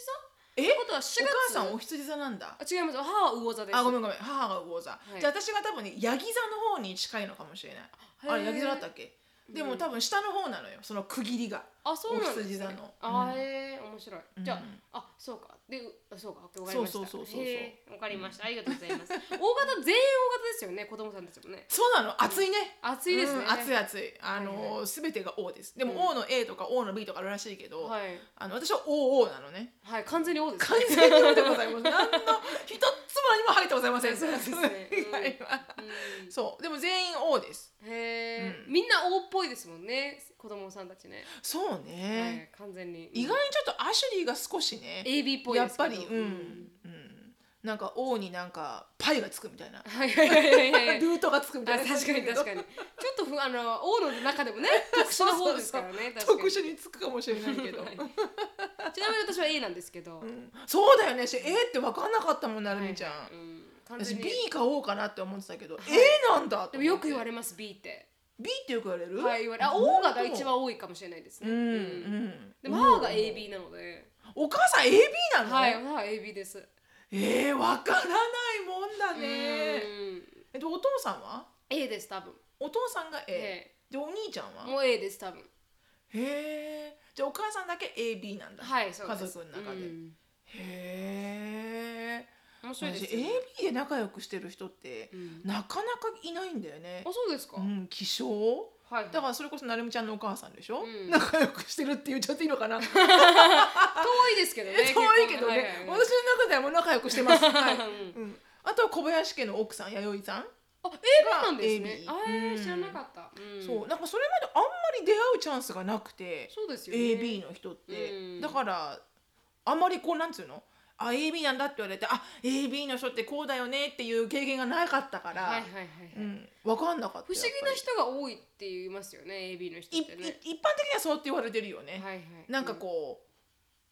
[SPEAKER 2] え、
[SPEAKER 1] ってことは4月
[SPEAKER 2] お母さんお羊座なんだ。
[SPEAKER 1] あ、違います。母は魚座です。
[SPEAKER 2] あ、ごめんごめん。母が魚座。
[SPEAKER 1] い
[SPEAKER 2] じゃあ私が多分ねヤギ座の方に近いのかもしれない。あれ
[SPEAKER 1] へー
[SPEAKER 2] ヤギ座だったっけ？でも多分下の方なのよ。その区切りが。
[SPEAKER 1] あ、そうなんで
[SPEAKER 2] お
[SPEAKER 1] す、
[SPEAKER 2] 羊
[SPEAKER 1] ね。
[SPEAKER 2] 座の
[SPEAKER 1] あ、へえ、面白い。じゃあ、
[SPEAKER 2] うん
[SPEAKER 1] あ、そうか。で、あそうか。わかりました。
[SPEAKER 2] そうそうそうそうそう
[SPEAKER 1] へえわかりました。ありがとうございます。大型全員大型ですよね。子供さんたちもね。
[SPEAKER 2] そうなの。暑いね。
[SPEAKER 1] 暑いですね。
[SPEAKER 2] うん暑い暑いあ
[SPEAKER 1] はい
[SPEAKER 2] のすべ、てが O ですでも、O の A とか O の B とかあるらしいけど、
[SPEAKER 1] はい
[SPEAKER 2] あの私は OO なのね
[SPEAKER 1] はい、完全に王です、
[SPEAKER 2] 完
[SPEAKER 1] ね。
[SPEAKER 2] 全に O でござ います何の一つも何も入ってございません
[SPEAKER 1] そうですねうん
[SPEAKER 2] はい そうでも全員 O です
[SPEAKER 1] へえ、みんな王っぽいですもんね。子供さんたちね。
[SPEAKER 2] そう
[SPEAKER 1] は
[SPEAKER 2] ね、
[SPEAKER 1] い、完全に。
[SPEAKER 2] 意外にちょっとアシュリーが少しね
[SPEAKER 1] AB っぽい
[SPEAKER 2] や
[SPEAKER 1] で
[SPEAKER 2] っ
[SPEAKER 1] すけ
[SPEAKER 2] ぱ
[SPEAKER 1] ど
[SPEAKER 2] りうん、うんなんか O になんかパイがつくみたいな
[SPEAKER 1] はいはいはいはい はい
[SPEAKER 2] ルートがつくみた
[SPEAKER 1] あ
[SPEAKER 2] いな
[SPEAKER 1] 確かに確かにちょっとふあの王の中でも ね特殊な方ですからね確
[SPEAKER 2] 特
[SPEAKER 1] か
[SPEAKER 2] 殊につくかもしれない けど、
[SPEAKER 1] にちなみに私は A なんですけど、
[SPEAKER 2] うんそうだよね私 A って分かんなかった もんなる
[SPEAKER 1] はい
[SPEAKER 2] みちゃん、
[SPEAKER 1] うん、完
[SPEAKER 2] 私
[SPEAKER 1] 全に
[SPEAKER 2] B 買おうかなって思ってたけど、A なんだ
[SPEAKER 1] でもよく言わ
[SPEAKER 2] れ
[SPEAKER 1] れます B って
[SPEAKER 2] B ってよく言われる
[SPEAKER 1] はい言われあ王が一番多いかもしれないです
[SPEAKER 2] う
[SPEAKER 1] ね、
[SPEAKER 2] んうん、
[SPEAKER 1] でも母が AB なので、
[SPEAKER 2] お母さん AB なの、
[SPEAKER 1] はい母は AB です
[SPEAKER 2] えー、わからないもんだね
[SPEAKER 1] うん
[SPEAKER 2] えっとお父さんは
[SPEAKER 1] A です多分
[SPEAKER 2] お父さんが A、
[SPEAKER 1] え
[SPEAKER 2] でお兄ちゃんは
[SPEAKER 1] もう A です多分
[SPEAKER 2] へえじゃあお母さんだけ AB なんだ
[SPEAKER 1] はいそうで
[SPEAKER 2] 家
[SPEAKER 1] す
[SPEAKER 2] 族の中で、
[SPEAKER 1] うん
[SPEAKER 2] へえ
[SPEAKER 1] 面白い
[SPEAKER 2] 私
[SPEAKER 1] ですよね
[SPEAKER 2] AB で仲良くしてる人って
[SPEAKER 1] うん
[SPEAKER 2] なかなかいないんだよね
[SPEAKER 1] あ、そうですか。
[SPEAKER 2] う
[SPEAKER 1] はい
[SPEAKER 2] ん希少
[SPEAKER 1] はい。
[SPEAKER 2] だからそれこそなるみちゃんのお母さんでしょ、
[SPEAKER 1] うん
[SPEAKER 2] 仲良くしてるって言っちゃっていい のかな遠 い
[SPEAKER 1] 遠いですけどね。
[SPEAKER 2] けどね、
[SPEAKER 1] 結構は
[SPEAKER 2] 私の
[SPEAKER 1] いはいはい
[SPEAKER 2] 中ではもう仲良くして ます、はい
[SPEAKER 1] うん
[SPEAKER 2] うん、あとは小林家の奥さん弥生さん、
[SPEAKER 1] あ、英語なんですね。
[SPEAKER 2] が
[SPEAKER 1] あ
[SPEAKER 2] AB
[SPEAKER 1] ー、知らなかった。うん
[SPEAKER 2] そうなんかそれまであんまり出会うチャンスがなくて、
[SPEAKER 1] そうですよね。
[SPEAKER 2] AB の人って、
[SPEAKER 1] うん
[SPEAKER 2] だからあんまりこうなんつうのあ AB なんだって言われてあ AB の人ってこうだよねっていう経験がなかったから、
[SPEAKER 1] はいはいはいはい。
[SPEAKER 2] うん、分かんなかった
[SPEAKER 1] 不思議な人が多いって言いますよね、AB の人
[SPEAKER 2] や
[SPEAKER 1] っ
[SPEAKER 2] っぱ
[SPEAKER 1] て
[SPEAKER 2] りいい
[SPEAKER 1] ね。
[SPEAKER 2] 一般的にはそうって言われてるよね、
[SPEAKER 1] はいはい。
[SPEAKER 2] なんかこ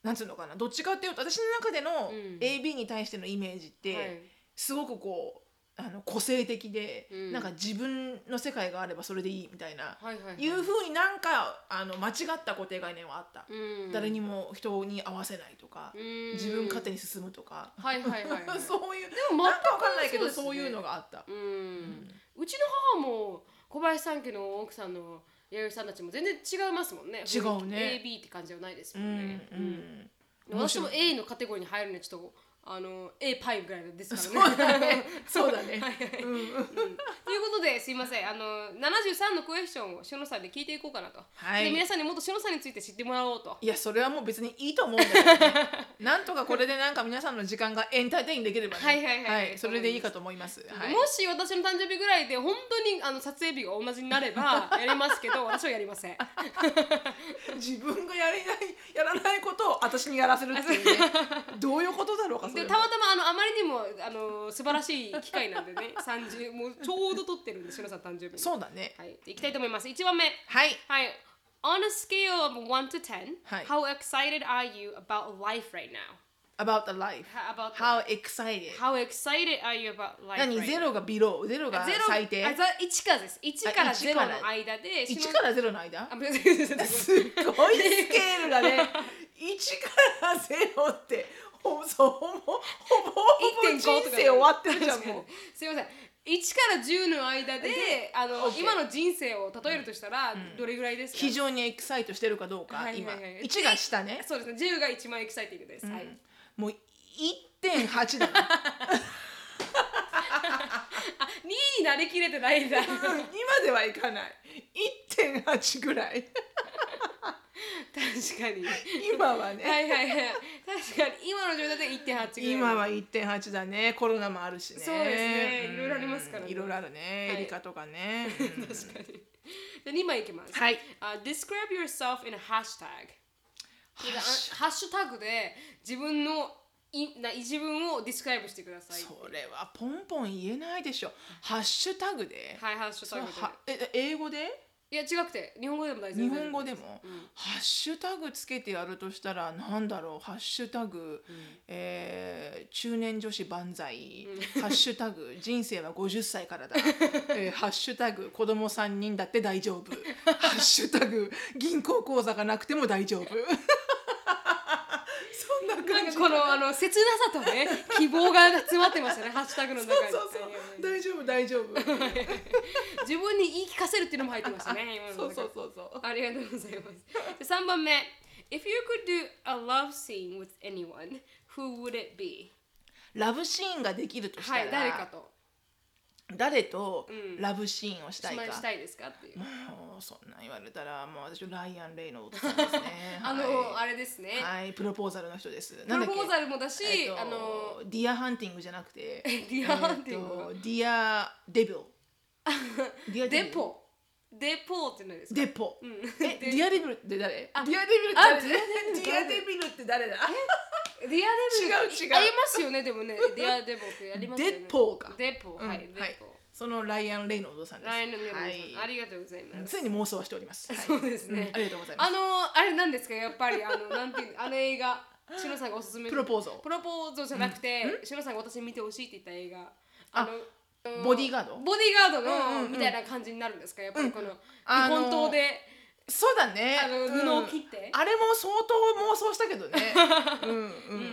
[SPEAKER 2] う、なんつうのかなどっちかっていうと私の中での
[SPEAKER 1] うん
[SPEAKER 2] AB に対してのイメージっ
[SPEAKER 1] う
[SPEAKER 2] て、
[SPEAKER 1] んはい
[SPEAKER 2] すごくこうあの個性的で、
[SPEAKER 1] うん
[SPEAKER 2] なんか自分の世界があればそれでいいみたいな、
[SPEAKER 1] はいはいはい。
[SPEAKER 2] いうふうになんかあの間違った固定概念はあった、
[SPEAKER 1] うん
[SPEAKER 2] 誰にも人に合わせないとか、
[SPEAKER 1] うん
[SPEAKER 2] 自分勝手に進むとか、
[SPEAKER 1] はいはいはいはい
[SPEAKER 2] そういうで
[SPEAKER 1] も全く
[SPEAKER 2] なんかわかんないけど
[SPEAKER 1] そうです
[SPEAKER 2] そう,、
[SPEAKER 1] ね
[SPEAKER 2] いうのがあった、
[SPEAKER 1] うんうちの母も小林さん家の奥さんの弥生さんたちも全然違いますもんね
[SPEAKER 2] 違うね
[SPEAKER 1] AB って感じじゃないです
[SPEAKER 2] う
[SPEAKER 1] も
[SPEAKER 2] ん
[SPEAKER 1] んね、
[SPEAKER 2] う
[SPEAKER 1] うん
[SPEAKER 2] ん面
[SPEAKER 1] 私
[SPEAKER 2] 白い
[SPEAKER 1] も A のカテゴリーに入るのはちょっとあの A パイぐらいです
[SPEAKER 2] そ
[SPEAKER 1] から
[SPEAKER 2] う
[SPEAKER 1] ね。
[SPEAKER 2] だねそうだね、
[SPEAKER 1] はいはいうん ということですいませんあの73のクエスチョンをしのさんで聞いていこうかなと、
[SPEAKER 2] はい
[SPEAKER 1] で皆さんにもっとしのさんについて知ってもらおうと
[SPEAKER 2] いやそれはもう別にいいと思うんだよね なんとかこれでなんか皆さんの時間がエンターテインできればね
[SPEAKER 1] はいはいはい
[SPEAKER 2] それでいいかと思いますはい
[SPEAKER 1] もし私の誕生日ぐらいで本当にあの撮影日が同じになればやりますけど私はやりません
[SPEAKER 2] 自分がやれないやらないことを私にやらせるってい うねどういうことだろうかそれ
[SPEAKER 1] で
[SPEAKER 2] は
[SPEAKER 1] たまたまあのあまりにもあの素晴らしい機会なんでね 30もうちょうど撮ってるんでしのさん誕生日に
[SPEAKER 2] そうだね
[SPEAKER 1] はいでいきたいと思います1番目
[SPEAKER 2] はい
[SPEAKER 1] はい On a scale of 1 to 10、
[SPEAKER 2] はい
[SPEAKER 1] how excited are you about life right now?
[SPEAKER 2] about the life
[SPEAKER 1] Ha- about
[SPEAKER 2] how excited
[SPEAKER 1] How excited are you about life?
[SPEAKER 2] 何
[SPEAKER 1] right
[SPEAKER 2] ゼ
[SPEAKER 1] now?
[SPEAKER 2] ロが below ゼロが
[SPEAKER 1] ゼロ
[SPEAKER 2] 最低
[SPEAKER 1] あざ一からです。一から
[SPEAKER 2] あ一
[SPEAKER 1] ゼロ
[SPEAKER 2] から
[SPEAKER 1] の間で。
[SPEAKER 2] 1
[SPEAKER 1] 篠
[SPEAKER 2] からゼロ の間
[SPEAKER 1] あ、別に全然
[SPEAKER 2] すっごいスケールだね1から0ってほぼそうほぼほぼほぼ人
[SPEAKER 1] 1.5とか
[SPEAKER 2] 生終わってるじゃんもう。
[SPEAKER 1] すみません。一から十の間で、あの
[SPEAKER 2] OK
[SPEAKER 1] 今の人生を例えるとしたら、どれぐらいですか？
[SPEAKER 2] 非常にエキサイトしてるかどうか、
[SPEAKER 1] はいはいはい
[SPEAKER 2] 今1が下ね
[SPEAKER 1] そうですね。十が一番エキサイティングです。はい。
[SPEAKER 2] もう1.8 だな
[SPEAKER 1] あ、二になりきれてないん だ。
[SPEAKER 2] 今ではいかない1.8ぐらい
[SPEAKER 1] 確かに。
[SPEAKER 2] 今はね、
[SPEAKER 1] はいはいはい。確かに今の状態で一点八ぐらい。
[SPEAKER 2] 今は1.8だねコロナもあるしね
[SPEAKER 1] そうですね
[SPEAKER 2] うん
[SPEAKER 1] いろいろありますからね
[SPEAKER 2] いろいろあるね、
[SPEAKER 1] はい
[SPEAKER 2] エリカとか ねうん
[SPEAKER 1] 確かに。で二枚いきます。
[SPEAKER 2] はい
[SPEAKER 1] あ describe yourself in a hashtag これであハッシュタグで自分のいな自分をディスクライブしてください
[SPEAKER 2] それはポンポン言えないでしょハッシュタグで、
[SPEAKER 1] はいハッシュ
[SPEAKER 2] そ
[SPEAKER 1] タ
[SPEAKER 2] れ
[SPEAKER 1] グ
[SPEAKER 2] は
[SPEAKER 1] で
[SPEAKER 2] え英語で
[SPEAKER 1] いや違くて日本語でも大丈夫
[SPEAKER 2] 日本語で
[SPEAKER 1] も
[SPEAKER 2] も、
[SPEAKER 1] うん
[SPEAKER 2] ハッシュタグつけてやるとしたらなんだろうハッシュタグ、えー中年女子万歳、ハッシュタ グ人生は50歳からだ、えーハッシュタグ子供3人だって大丈 夫ハッシュタグ銀行口座がなくても大丈 夫そんな
[SPEAKER 1] な
[SPEAKER 2] 感
[SPEAKER 1] ん
[SPEAKER 2] じ
[SPEAKER 1] かこのあの切なさと ね希望が詰まってましたねハッシュタグの中に
[SPEAKER 2] そう
[SPEAKER 1] はいはいはい
[SPEAKER 2] そう大丈夫大丈夫
[SPEAKER 1] 自分に言い聞かせるっていうのも入ってましたね今
[SPEAKER 2] そ
[SPEAKER 1] の
[SPEAKER 2] う
[SPEAKER 1] 中
[SPEAKER 2] そうそうそう
[SPEAKER 1] ありがとうございますで3番目 If you could do a love scene with anyone who would it be?
[SPEAKER 2] ラブシーンができるとしたら、
[SPEAKER 1] はい誰かと
[SPEAKER 2] 誰と
[SPEAKER 1] うん
[SPEAKER 2] ラブシーンをしたいか、
[SPEAKER 1] したいですかっていう
[SPEAKER 2] もうそんなん言われたらもう私ライアン・レイノルズさんですね
[SPEAKER 1] あの、
[SPEAKER 2] は
[SPEAKER 1] あれですね
[SPEAKER 2] い、はい、プロポーザルの人ですプ
[SPEAKER 1] プロポーザルもだし、
[SPEAKER 2] えっと
[SPEAKER 1] あの
[SPEAKER 2] ディアハンティングじゃなくてデ
[SPEAKER 1] ィアハンティング
[SPEAKER 2] ディア デビルディ
[SPEAKER 1] デ
[SPEAKER 2] アデビル
[SPEAKER 1] ポデポって何ですか
[SPEAKER 2] デポ、
[SPEAKER 1] ん
[SPEAKER 2] え
[SPEAKER 1] で
[SPEAKER 2] ディアデビルって誰ディアデビルって
[SPEAKER 1] あ
[SPEAKER 2] 誰デ
[SPEAKER 1] ディ
[SPEAKER 2] ィ
[SPEAKER 1] ア
[SPEAKER 2] ア
[SPEAKER 1] デ
[SPEAKER 2] デビルって誰だ
[SPEAKER 1] ディアデブ
[SPEAKER 2] 違う違う
[SPEAKER 1] ありますよねでも ねディアデボってやりますよね
[SPEAKER 2] デポか
[SPEAKER 1] デポ
[SPEAKER 2] うん
[SPEAKER 1] はい、デポ
[SPEAKER 2] そのライアン・レイノルドさんです
[SPEAKER 1] ライアンの皆さん、あ
[SPEAKER 2] はい、
[SPEAKER 1] りがとうございます、
[SPEAKER 2] 常に妄想はしております、はい
[SPEAKER 1] そうですね、
[SPEAKER 2] うんありがとうございます
[SPEAKER 1] あのあれなんですかやっぱりあのなんていうあの映画しのさんがおすすめ
[SPEAKER 2] プロポーズを
[SPEAKER 1] プロポーズじゃなくて、しのさんが私に見てほしいって言った映画
[SPEAKER 2] あ
[SPEAKER 1] の
[SPEAKER 2] ボディーガード
[SPEAKER 1] ボディーガードの、
[SPEAKER 2] うんうんうん
[SPEAKER 1] みたいな感じになるんですかやっぱりこの、
[SPEAKER 2] あの
[SPEAKER 1] 日本刀で
[SPEAKER 2] そうだね
[SPEAKER 1] あの布を切って
[SPEAKER 2] うんあれも相当妄想した けどねうんうん、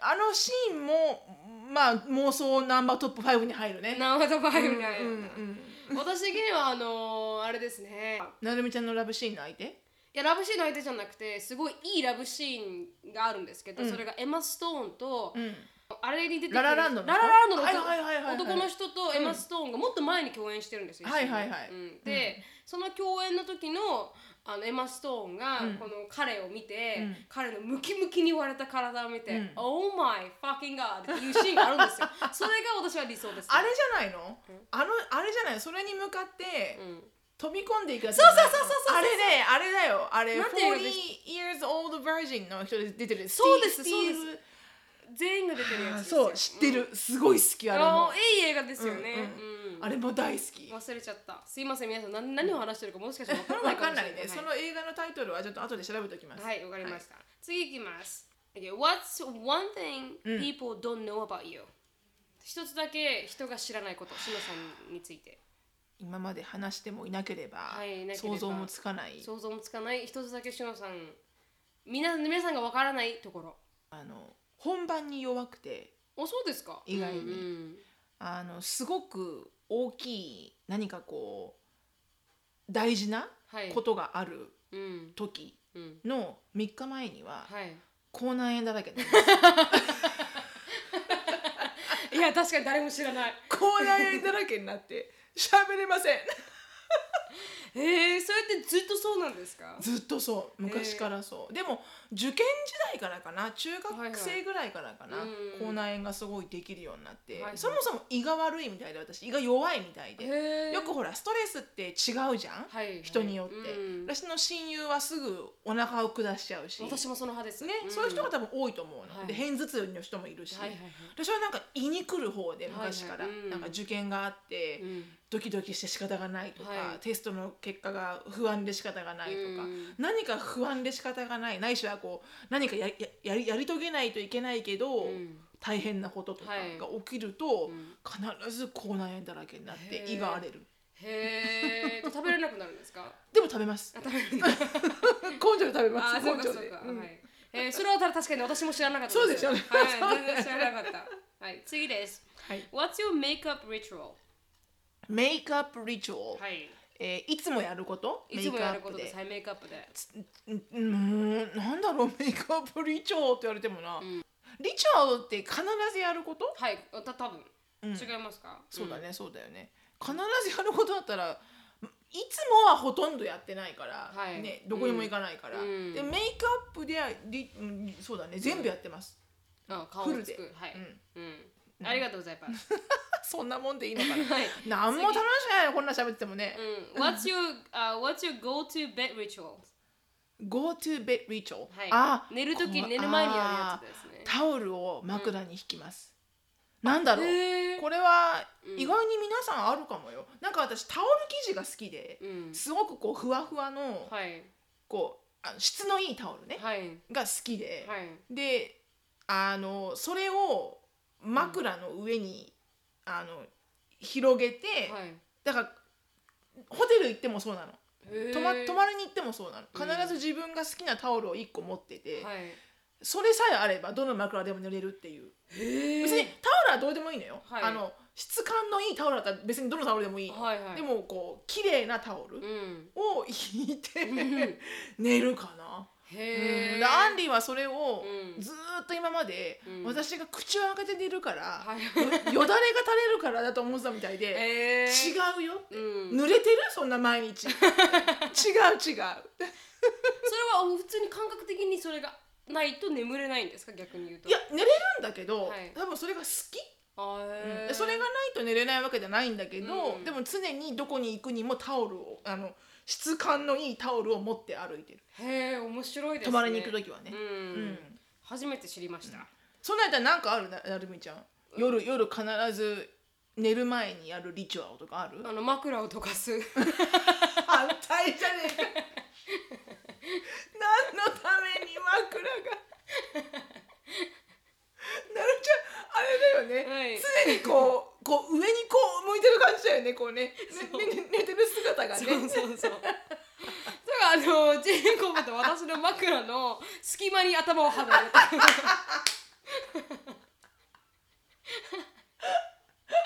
[SPEAKER 2] あのシーンもまあ妄想ナンバートップ5に入るね
[SPEAKER 1] ナンバードバイみたいな、
[SPEAKER 2] うんうん
[SPEAKER 1] 私的にはあのーあれですね
[SPEAKER 2] なるみちゃんのラブシーンの相手
[SPEAKER 1] いやラブシーンの相手じゃなくてすごいいいラブシーンがあるんですけど、それがエマ・ストーンと、
[SPEAKER 2] ん
[SPEAKER 1] あれに出て
[SPEAKER 2] ララランドの人
[SPEAKER 1] ララランドの
[SPEAKER 2] はいはいはいはいはい
[SPEAKER 1] 男の人とエマ・ストーンがもっと前に共演してるんですよ。一緒に
[SPEAKER 2] はいはいはい
[SPEAKER 1] うんで、その共演の時のあのエマ・ストーンがこの彼を見て、
[SPEAKER 2] うん
[SPEAKER 1] 彼のムキムキに割れた体を見て、
[SPEAKER 2] うん
[SPEAKER 1] Oh my fucking god っていうシーンがあるんですよ。 それが私は理想です。
[SPEAKER 2] あれじゃないの
[SPEAKER 1] うん
[SPEAKER 2] あのあれじゃないそれに向かって
[SPEAKER 1] うん
[SPEAKER 2] 飛び込んでいくやつ
[SPEAKER 1] そうそうそうそうそう
[SPEAKER 2] あれねあれだよあれ40
[SPEAKER 1] なんていうの
[SPEAKER 2] years old virgin の人で出てる
[SPEAKER 1] そうです
[SPEAKER 2] スティーブ
[SPEAKER 1] そう全員が出てるやつですよ。
[SPEAKER 2] そう知ってる、すごい好き
[SPEAKER 1] うん。
[SPEAKER 2] あ
[SPEAKER 1] あ
[SPEAKER 2] れも
[SPEAKER 1] のいい映画ですよね。
[SPEAKER 2] うん
[SPEAKER 1] うん
[SPEAKER 2] あれも大好き
[SPEAKER 1] 忘れちゃった。すいません皆さん何何を話してるかもしかしたら分からな
[SPEAKER 2] わ
[SPEAKER 1] いか
[SPEAKER 2] か
[SPEAKER 1] もし
[SPEAKER 2] ん
[SPEAKER 1] れな
[SPEAKER 2] な
[SPEAKER 1] い
[SPEAKER 2] ね、
[SPEAKER 1] はい
[SPEAKER 2] その映画のタイトルはちょっと後で調べておきます
[SPEAKER 1] はい、わかりました。次いきます。Okay, What's one thing people don't know about you?、一つだけ人が知らないこと、しのさんについて。
[SPEAKER 2] 今まで話してもいなければ,、
[SPEAKER 1] はいいなければ
[SPEAKER 2] 想像もつかない
[SPEAKER 1] 想像もつかない、一つだけしのさん、みな皆さんがわからないところ。
[SPEAKER 2] あの本番に弱くて
[SPEAKER 1] お、そうですか
[SPEAKER 2] 意外に
[SPEAKER 1] うんうん
[SPEAKER 2] あのすごく大きい何かこう大事な
[SPEAKER 1] はい。
[SPEAKER 2] ことがある
[SPEAKER 1] うん。
[SPEAKER 2] 時
[SPEAKER 1] うん。
[SPEAKER 2] の3日前には
[SPEAKER 1] はい。
[SPEAKER 2] 口内炎だらけで
[SPEAKER 1] いや、確かに誰も知らない。
[SPEAKER 2] 口内炎だらけになって喋れません
[SPEAKER 1] えー、それってずっとそうなんですか
[SPEAKER 2] ずっとそう昔からそう、でも受験時代からかな中学生ぐらいからかな、
[SPEAKER 1] はいはいうん
[SPEAKER 2] 口内炎がすごいできるようになって、
[SPEAKER 1] はいはい
[SPEAKER 2] そもそも胃が悪いみたいで私胃が弱いみたいで、
[SPEAKER 1] へー
[SPEAKER 2] よくほらストレスって違うじゃ
[SPEAKER 1] は
[SPEAKER 2] ん、
[SPEAKER 1] いはい
[SPEAKER 2] 人によって、
[SPEAKER 1] うん
[SPEAKER 2] 私の親友はすぐお腹を下しちゃうし、
[SPEAKER 1] 私もその派です。
[SPEAKER 2] ね
[SPEAKER 1] ん
[SPEAKER 2] そういう人が多分多いと思うの、
[SPEAKER 1] はい
[SPEAKER 2] で偏頭痛の人もいるし、
[SPEAKER 1] はいはいはい
[SPEAKER 2] 私はなんか胃に来る方で昔から、
[SPEAKER 1] はいはいうん
[SPEAKER 2] なんか受験があって、
[SPEAKER 1] うん
[SPEAKER 2] ドキドキして仕方がないとか、
[SPEAKER 1] はい
[SPEAKER 2] テストの結果が不安で仕方がないとか、
[SPEAKER 1] うん
[SPEAKER 2] 何か不安で仕方がないないしはこう何かやややりやり遂げないといけないけど、
[SPEAKER 1] ん
[SPEAKER 2] 大変なこととかが起きると、必ず口内炎だらけになって
[SPEAKER 1] へー
[SPEAKER 2] 胃が荒れる。
[SPEAKER 1] へえ。食べれなくなるんです か
[SPEAKER 2] でも食 べます。根性で食べま
[SPEAKER 1] あ
[SPEAKER 2] す。
[SPEAKER 1] ーそうか
[SPEAKER 2] 根性
[SPEAKER 1] そう
[SPEAKER 2] で。
[SPEAKER 1] か、
[SPEAKER 2] うん
[SPEAKER 1] はいえーそれはただ確かに私も知らなかった
[SPEAKER 2] そうですよね
[SPEAKER 1] はい全然知らなかったはい次です
[SPEAKER 2] はい
[SPEAKER 1] What's your makeup ritual?
[SPEAKER 2] メイクアップリチュアル。
[SPEAKER 1] はい
[SPEAKER 2] えーいつもやること？
[SPEAKER 1] いつもやること
[SPEAKER 2] メ
[SPEAKER 1] で
[SPEAKER 2] イ
[SPEAKER 1] す
[SPEAKER 2] ク
[SPEAKER 1] はいメイクアップで
[SPEAKER 2] アップで。うんうんなんだろうメイクアップリチュアルって言われてもな。リチュアルって必ずやること？
[SPEAKER 1] はいた多分、
[SPEAKER 2] ん
[SPEAKER 1] 違いますか
[SPEAKER 2] そうだ
[SPEAKER 1] ね、
[SPEAKER 2] ね、そうだよね。必ずやることだったら。いつもはほとんどやってないから、
[SPEAKER 1] はい
[SPEAKER 2] ね、どこにも行かないから、
[SPEAKER 1] うん
[SPEAKER 2] でメイクアップでリうんそうだね全部やってます、
[SPEAKER 1] うんあ顔を
[SPEAKER 2] フ
[SPEAKER 1] つ
[SPEAKER 2] ル
[SPEAKER 1] く
[SPEAKER 2] で、
[SPEAKER 1] はい、
[SPEAKER 2] うん
[SPEAKER 1] うんありがとうございます、
[SPEAKER 2] そんなもんでいいのかな
[SPEAKER 1] はい
[SPEAKER 2] 何も楽しくないよこんな喋っててもね、
[SPEAKER 1] うん、What's your、uh, What's your go to bed ritual?
[SPEAKER 2] Go to bed ritual、
[SPEAKER 1] はい
[SPEAKER 2] あ
[SPEAKER 1] 寝るとき
[SPEAKER 2] こ
[SPEAKER 1] 寝る前にやるやつですね
[SPEAKER 2] あータオルを枕に引きます、なんだろう、
[SPEAKER 1] へー
[SPEAKER 2] これは意外に皆さんあるかもよなんか私タオル生地が好きで、
[SPEAKER 1] うん
[SPEAKER 2] すごくこうふわふわの、
[SPEAKER 1] はい
[SPEAKER 2] こうあ質のいいタオルね、
[SPEAKER 1] はい
[SPEAKER 2] が好きで、
[SPEAKER 1] はい
[SPEAKER 2] であのそれを枕の上に、あの広げて、
[SPEAKER 1] はい
[SPEAKER 2] だからホテル行ってもそうなの
[SPEAKER 1] へー
[SPEAKER 2] 泊ま泊まりに行ってもそうなの必ず自分が好きなタオルを1個持ってて、
[SPEAKER 1] はい
[SPEAKER 2] それさえあればどの枕でも寝れるっていう
[SPEAKER 1] へ
[SPEAKER 2] 別にタオルはどうでもいいのよ、
[SPEAKER 1] はい
[SPEAKER 2] あの質感のいいタオルだったら別にどのタオルでもいいの、
[SPEAKER 1] はいはい
[SPEAKER 2] でもこう綺麗なタオル
[SPEAKER 1] うん
[SPEAKER 2] を引いて寝るかな、
[SPEAKER 1] へえ、
[SPEAKER 2] うんでアンディはそれを
[SPEAKER 1] うん
[SPEAKER 2] ずーっと今まで、
[SPEAKER 1] うん
[SPEAKER 2] 私が口を開けて寝るから、
[SPEAKER 1] はい
[SPEAKER 2] よよだれが垂れるからだと思ってたみたいで、
[SPEAKER 1] へー
[SPEAKER 2] 違うよって、
[SPEAKER 1] うん
[SPEAKER 2] 濡れてるそんな毎 日違う違う
[SPEAKER 1] それは普通に感覚的にそれがないと眠れないんですか逆に言うと
[SPEAKER 2] いや寝れるんだけど、
[SPEAKER 1] はい
[SPEAKER 2] 多分それが好き、
[SPEAKER 1] あーへー
[SPEAKER 2] それがないと寝れないわけじゃないんだけど、
[SPEAKER 1] うん
[SPEAKER 2] でも常にどこに行くにもタオルをあの質感のいいタオルを持って歩いてる、
[SPEAKER 1] へえ面白いです
[SPEAKER 2] 泊
[SPEAKER 1] ね
[SPEAKER 2] まりに行く時はね、
[SPEAKER 1] うん、
[SPEAKER 2] うん
[SPEAKER 1] 初めて知りました、
[SPEAKER 2] そんなやったらなんかあるななるみちゃん夜夜必ず寝る前にやるリチュアルとかある
[SPEAKER 1] あの枕を溶かす
[SPEAKER 2] 反対じゃねえか何のために枕がなるちゃんあれだよね、
[SPEAKER 1] はい
[SPEAKER 2] 常にこうこう上にこう向いてる感じだよねこうねねね寝てる姿がね
[SPEAKER 1] そうそう そうだからあのジェイコブと私の枕の隙間に頭をはめるそうだから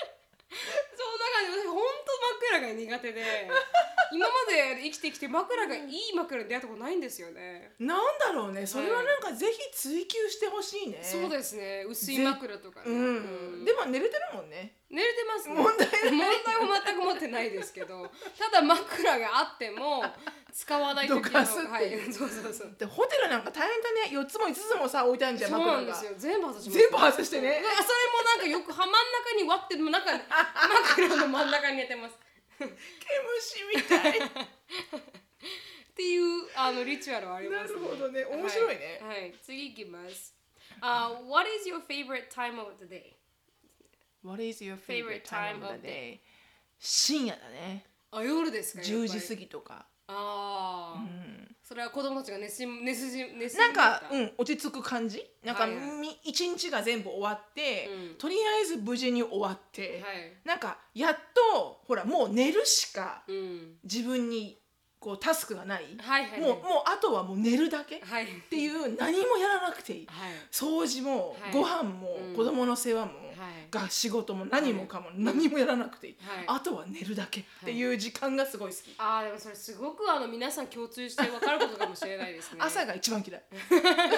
[SPEAKER 1] 私本当枕が苦手で今まで生きてきて枕がいい枕に出会ったことないんですよね。
[SPEAKER 2] なんだろうねそれはなんかぜひ追求してほしいね、
[SPEAKER 1] そう
[SPEAKER 2] す
[SPEAKER 1] ですね薄い枕とかね、
[SPEAKER 2] う
[SPEAKER 1] うん
[SPEAKER 2] ん、でも寝れてるもんね
[SPEAKER 1] 寝れてますね
[SPEAKER 2] 問題ない
[SPEAKER 1] 問題は全く持ってないですけどただ枕があっても使わない時の
[SPEAKER 2] どかすって
[SPEAKER 1] はい
[SPEAKER 2] いう、
[SPEAKER 1] そうそうそう
[SPEAKER 2] でホテルなんか大変だね四つも五つもさ置いてあるじゃん
[SPEAKER 1] そう
[SPEAKER 2] 枕が
[SPEAKER 1] なんですよ全部外します
[SPEAKER 2] 全部外してね
[SPEAKER 1] うわそれもなんかよくは真ん中に割って 中枕の真ん中に寝てます
[SPEAKER 2] 毛虫みたい
[SPEAKER 1] っていうあのリチュアルはあります、
[SPEAKER 2] なるほどね面白いね、
[SPEAKER 1] はい、はい、次いきますあ What is your favorite time of the day?
[SPEAKER 2] What is your
[SPEAKER 1] favorite
[SPEAKER 2] favorite
[SPEAKER 1] time
[SPEAKER 2] time
[SPEAKER 1] of
[SPEAKER 2] of
[SPEAKER 1] the
[SPEAKER 2] the day? 深夜だね
[SPEAKER 1] あ夜ですか
[SPEAKER 2] 10時過
[SPEAKER 1] ぎ
[SPEAKER 2] ぎとか、
[SPEAKER 1] ああ、
[SPEAKER 2] うん、
[SPEAKER 1] それは子供たちが寝す寝すじ寝す
[SPEAKER 2] なんか、うん、落ち着く感じなんか、
[SPEAKER 1] はいはい
[SPEAKER 2] み一日が全部終わって、
[SPEAKER 1] うん
[SPEAKER 2] とりあえず無事に終わって、
[SPEAKER 1] はい
[SPEAKER 2] なんかやっとほらもう寝るしか
[SPEAKER 1] うん
[SPEAKER 2] 自分にこうタスクがない、
[SPEAKER 1] はいはいはい
[SPEAKER 2] もうもうあとはもう寝るだけっ
[SPEAKER 1] はいはい
[SPEAKER 2] ていう何もやらなくていい
[SPEAKER 1] はい
[SPEAKER 2] 掃除も、
[SPEAKER 1] はい
[SPEAKER 2] ご飯も、
[SPEAKER 1] うん
[SPEAKER 2] 子供の世話も、
[SPEAKER 1] はい
[SPEAKER 2] が仕事も何もかも何もやらなくていい、
[SPEAKER 1] はい
[SPEAKER 2] あとは寝るだけっていう時間がすごい好き、
[SPEAKER 1] あーでもそれすごくあの皆さん共通して分かることかもしれないですね
[SPEAKER 2] 朝が一番嫌い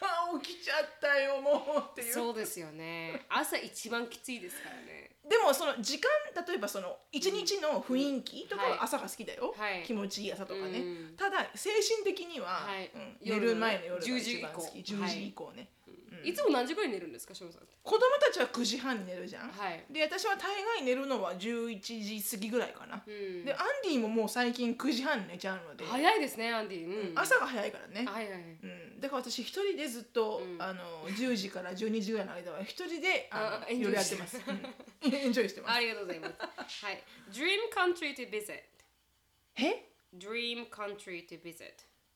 [SPEAKER 2] あ起きちゃったよもうっていう
[SPEAKER 1] そうですよね朝一番きついですから ね
[SPEAKER 2] でもその時間例えばその一日の雰囲気とか
[SPEAKER 1] はい
[SPEAKER 2] は朝が好きだよ、
[SPEAKER 1] はい
[SPEAKER 2] 気持ちいい朝とかね、
[SPEAKER 1] うん
[SPEAKER 2] ただ精神的には、
[SPEAKER 1] はい
[SPEAKER 2] うん寝
[SPEAKER 1] 夜
[SPEAKER 2] る前の夜が
[SPEAKER 1] 10時
[SPEAKER 2] 一番好き
[SPEAKER 1] 以降
[SPEAKER 2] 10時以降ね、うん
[SPEAKER 1] いつも何時ぐらいに寝るんですかしもさんって
[SPEAKER 2] 子供たちは9時半に寝るじゃん、
[SPEAKER 1] はい
[SPEAKER 2] で私は大概寝るのは11時過ぎぐらいかな、
[SPEAKER 1] うん
[SPEAKER 2] でアンディももう最近9時半に寝ちゃうので、
[SPEAKER 1] 早いですねアンディ、うん、
[SPEAKER 2] 朝が早いからね、
[SPEAKER 1] はいはいはい
[SPEAKER 2] うん、だから私一人でずっと、
[SPEAKER 1] うん
[SPEAKER 2] あの10時から12時ぐらいの間は一人であ
[SPEAKER 1] あ
[SPEAKER 2] の
[SPEAKER 1] エンジョイ
[SPEAKER 2] 夜やってます、うん、 エンジョイしてます
[SPEAKER 1] ありがとうございますはい Dream country to visit
[SPEAKER 2] え
[SPEAKER 1] Dream country to visit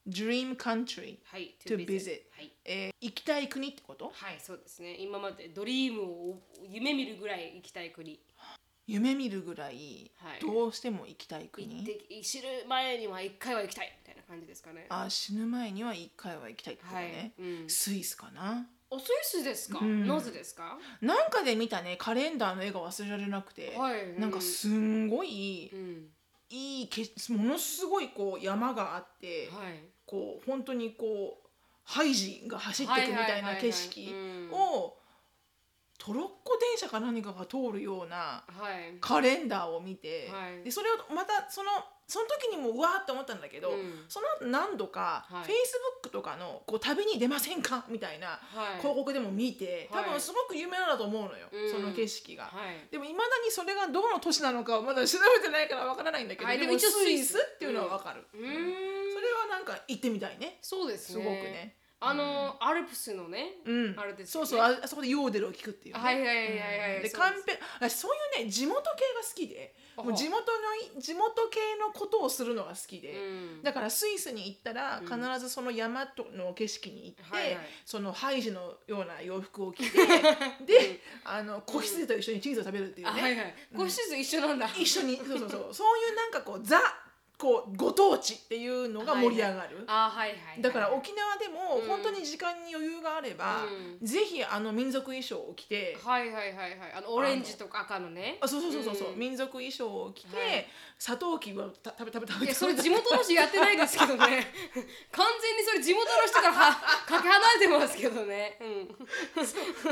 [SPEAKER 2] Dream Country
[SPEAKER 1] はい
[SPEAKER 2] to visit
[SPEAKER 1] はい
[SPEAKER 2] えー行きたい国ってこと
[SPEAKER 1] はいそうですね今までドリームを夢見るぐらい行きたい国
[SPEAKER 2] 夢見るぐらい
[SPEAKER 1] はい
[SPEAKER 2] どうしても行きたい
[SPEAKER 1] 行
[SPEAKER 2] 国、
[SPEAKER 1] って知る前には一回は行きたいみたいな感じですかね
[SPEAKER 2] あ死ぬ前には一回は行きたいってこと
[SPEAKER 1] はい、
[SPEAKER 2] ね、
[SPEAKER 1] うん、
[SPEAKER 2] スイスかな
[SPEAKER 1] おスイスですか、
[SPEAKER 2] うん
[SPEAKER 1] なぜですか
[SPEAKER 2] なんかで見たねカレンダーの絵が忘れられなくて、
[SPEAKER 1] はい
[SPEAKER 2] なんかすんごい
[SPEAKER 1] うん
[SPEAKER 2] いいけものすごいこう山があって、
[SPEAKER 1] はい
[SPEAKER 2] こう本当にこうハイジが走っていくみたいな景色をトロッコ電車か何かが通るような
[SPEAKER 1] はい
[SPEAKER 2] カレンダーを見て、
[SPEAKER 1] はい
[SPEAKER 2] でそれをまたそのその時にもうわーって思ったんだけど、
[SPEAKER 1] うん
[SPEAKER 2] その後何度か、
[SPEAKER 1] はい
[SPEAKER 2] Facebook とかのこう旅に出ませんかみたいな
[SPEAKER 1] はい
[SPEAKER 2] 広告でも見て、
[SPEAKER 1] はい
[SPEAKER 2] 多分すごく有名なんだと思うのよ、
[SPEAKER 1] うん
[SPEAKER 2] その景色が。
[SPEAKER 1] はい
[SPEAKER 2] でもいまだにそれがどの都市なのかはまだ調べてないからわからないんだけど、
[SPEAKER 1] はい
[SPEAKER 2] で
[SPEAKER 1] でも
[SPEAKER 2] も
[SPEAKER 1] 一
[SPEAKER 2] ス
[SPEAKER 1] 応スイ
[SPEAKER 2] イ
[SPEAKER 1] ス
[SPEAKER 2] スっていうのはわかる、
[SPEAKER 1] うーん
[SPEAKER 2] それはなんか行ってみたいね
[SPEAKER 1] そうですね
[SPEAKER 2] すごくね
[SPEAKER 1] あの、アルプスのね、
[SPEAKER 2] うん
[SPEAKER 1] あれです
[SPEAKER 2] そ
[SPEAKER 1] よ
[SPEAKER 2] う
[SPEAKER 1] ね
[SPEAKER 2] そうああそこでヨーデルを聞くっていうね、
[SPEAKER 1] はいはいはいはいはい
[SPEAKER 2] で
[SPEAKER 1] そう
[SPEAKER 2] カ
[SPEAKER 1] です
[SPEAKER 2] ンペ私そういうね地元系が好きで
[SPEAKER 1] あ
[SPEAKER 2] もう地元のい地元系のことをするのが好き
[SPEAKER 1] う
[SPEAKER 2] で、
[SPEAKER 1] ん
[SPEAKER 2] だからスイスに行ったら
[SPEAKER 1] うん
[SPEAKER 2] 必ずその山との景色に行って、
[SPEAKER 1] はいはい
[SPEAKER 2] そのハイジのような洋服を着 てであの子羊と一緒にチーズを食べるっていう
[SPEAKER 1] あ
[SPEAKER 2] ね、
[SPEAKER 1] はいはいご主人一緒なんだ、
[SPEAKER 2] 一緒にそうそうそうそういうなんかこうザこうご当地っていうのが盛り上がる、
[SPEAKER 1] あはいはいはい
[SPEAKER 2] だから沖縄で
[SPEAKER 1] う
[SPEAKER 2] も
[SPEAKER 1] ん
[SPEAKER 2] 本当に時間に余裕があれば、
[SPEAKER 1] う
[SPEAKER 2] ぜひあの民族衣装を着て、
[SPEAKER 1] はいはいはいはいあのオレンジとか赤のね
[SPEAKER 2] あそうそうそうそうそう、
[SPEAKER 1] うん
[SPEAKER 2] 民族衣装を着て、
[SPEAKER 1] はい
[SPEAKER 2] サトウキビをた食べ食べ食べ
[SPEAKER 1] いやそれ
[SPEAKER 2] 食
[SPEAKER 1] 地
[SPEAKER 2] べ
[SPEAKER 1] 元の人やってないですけどね 完全にそれ地元の人からはかけ離れてますけどね、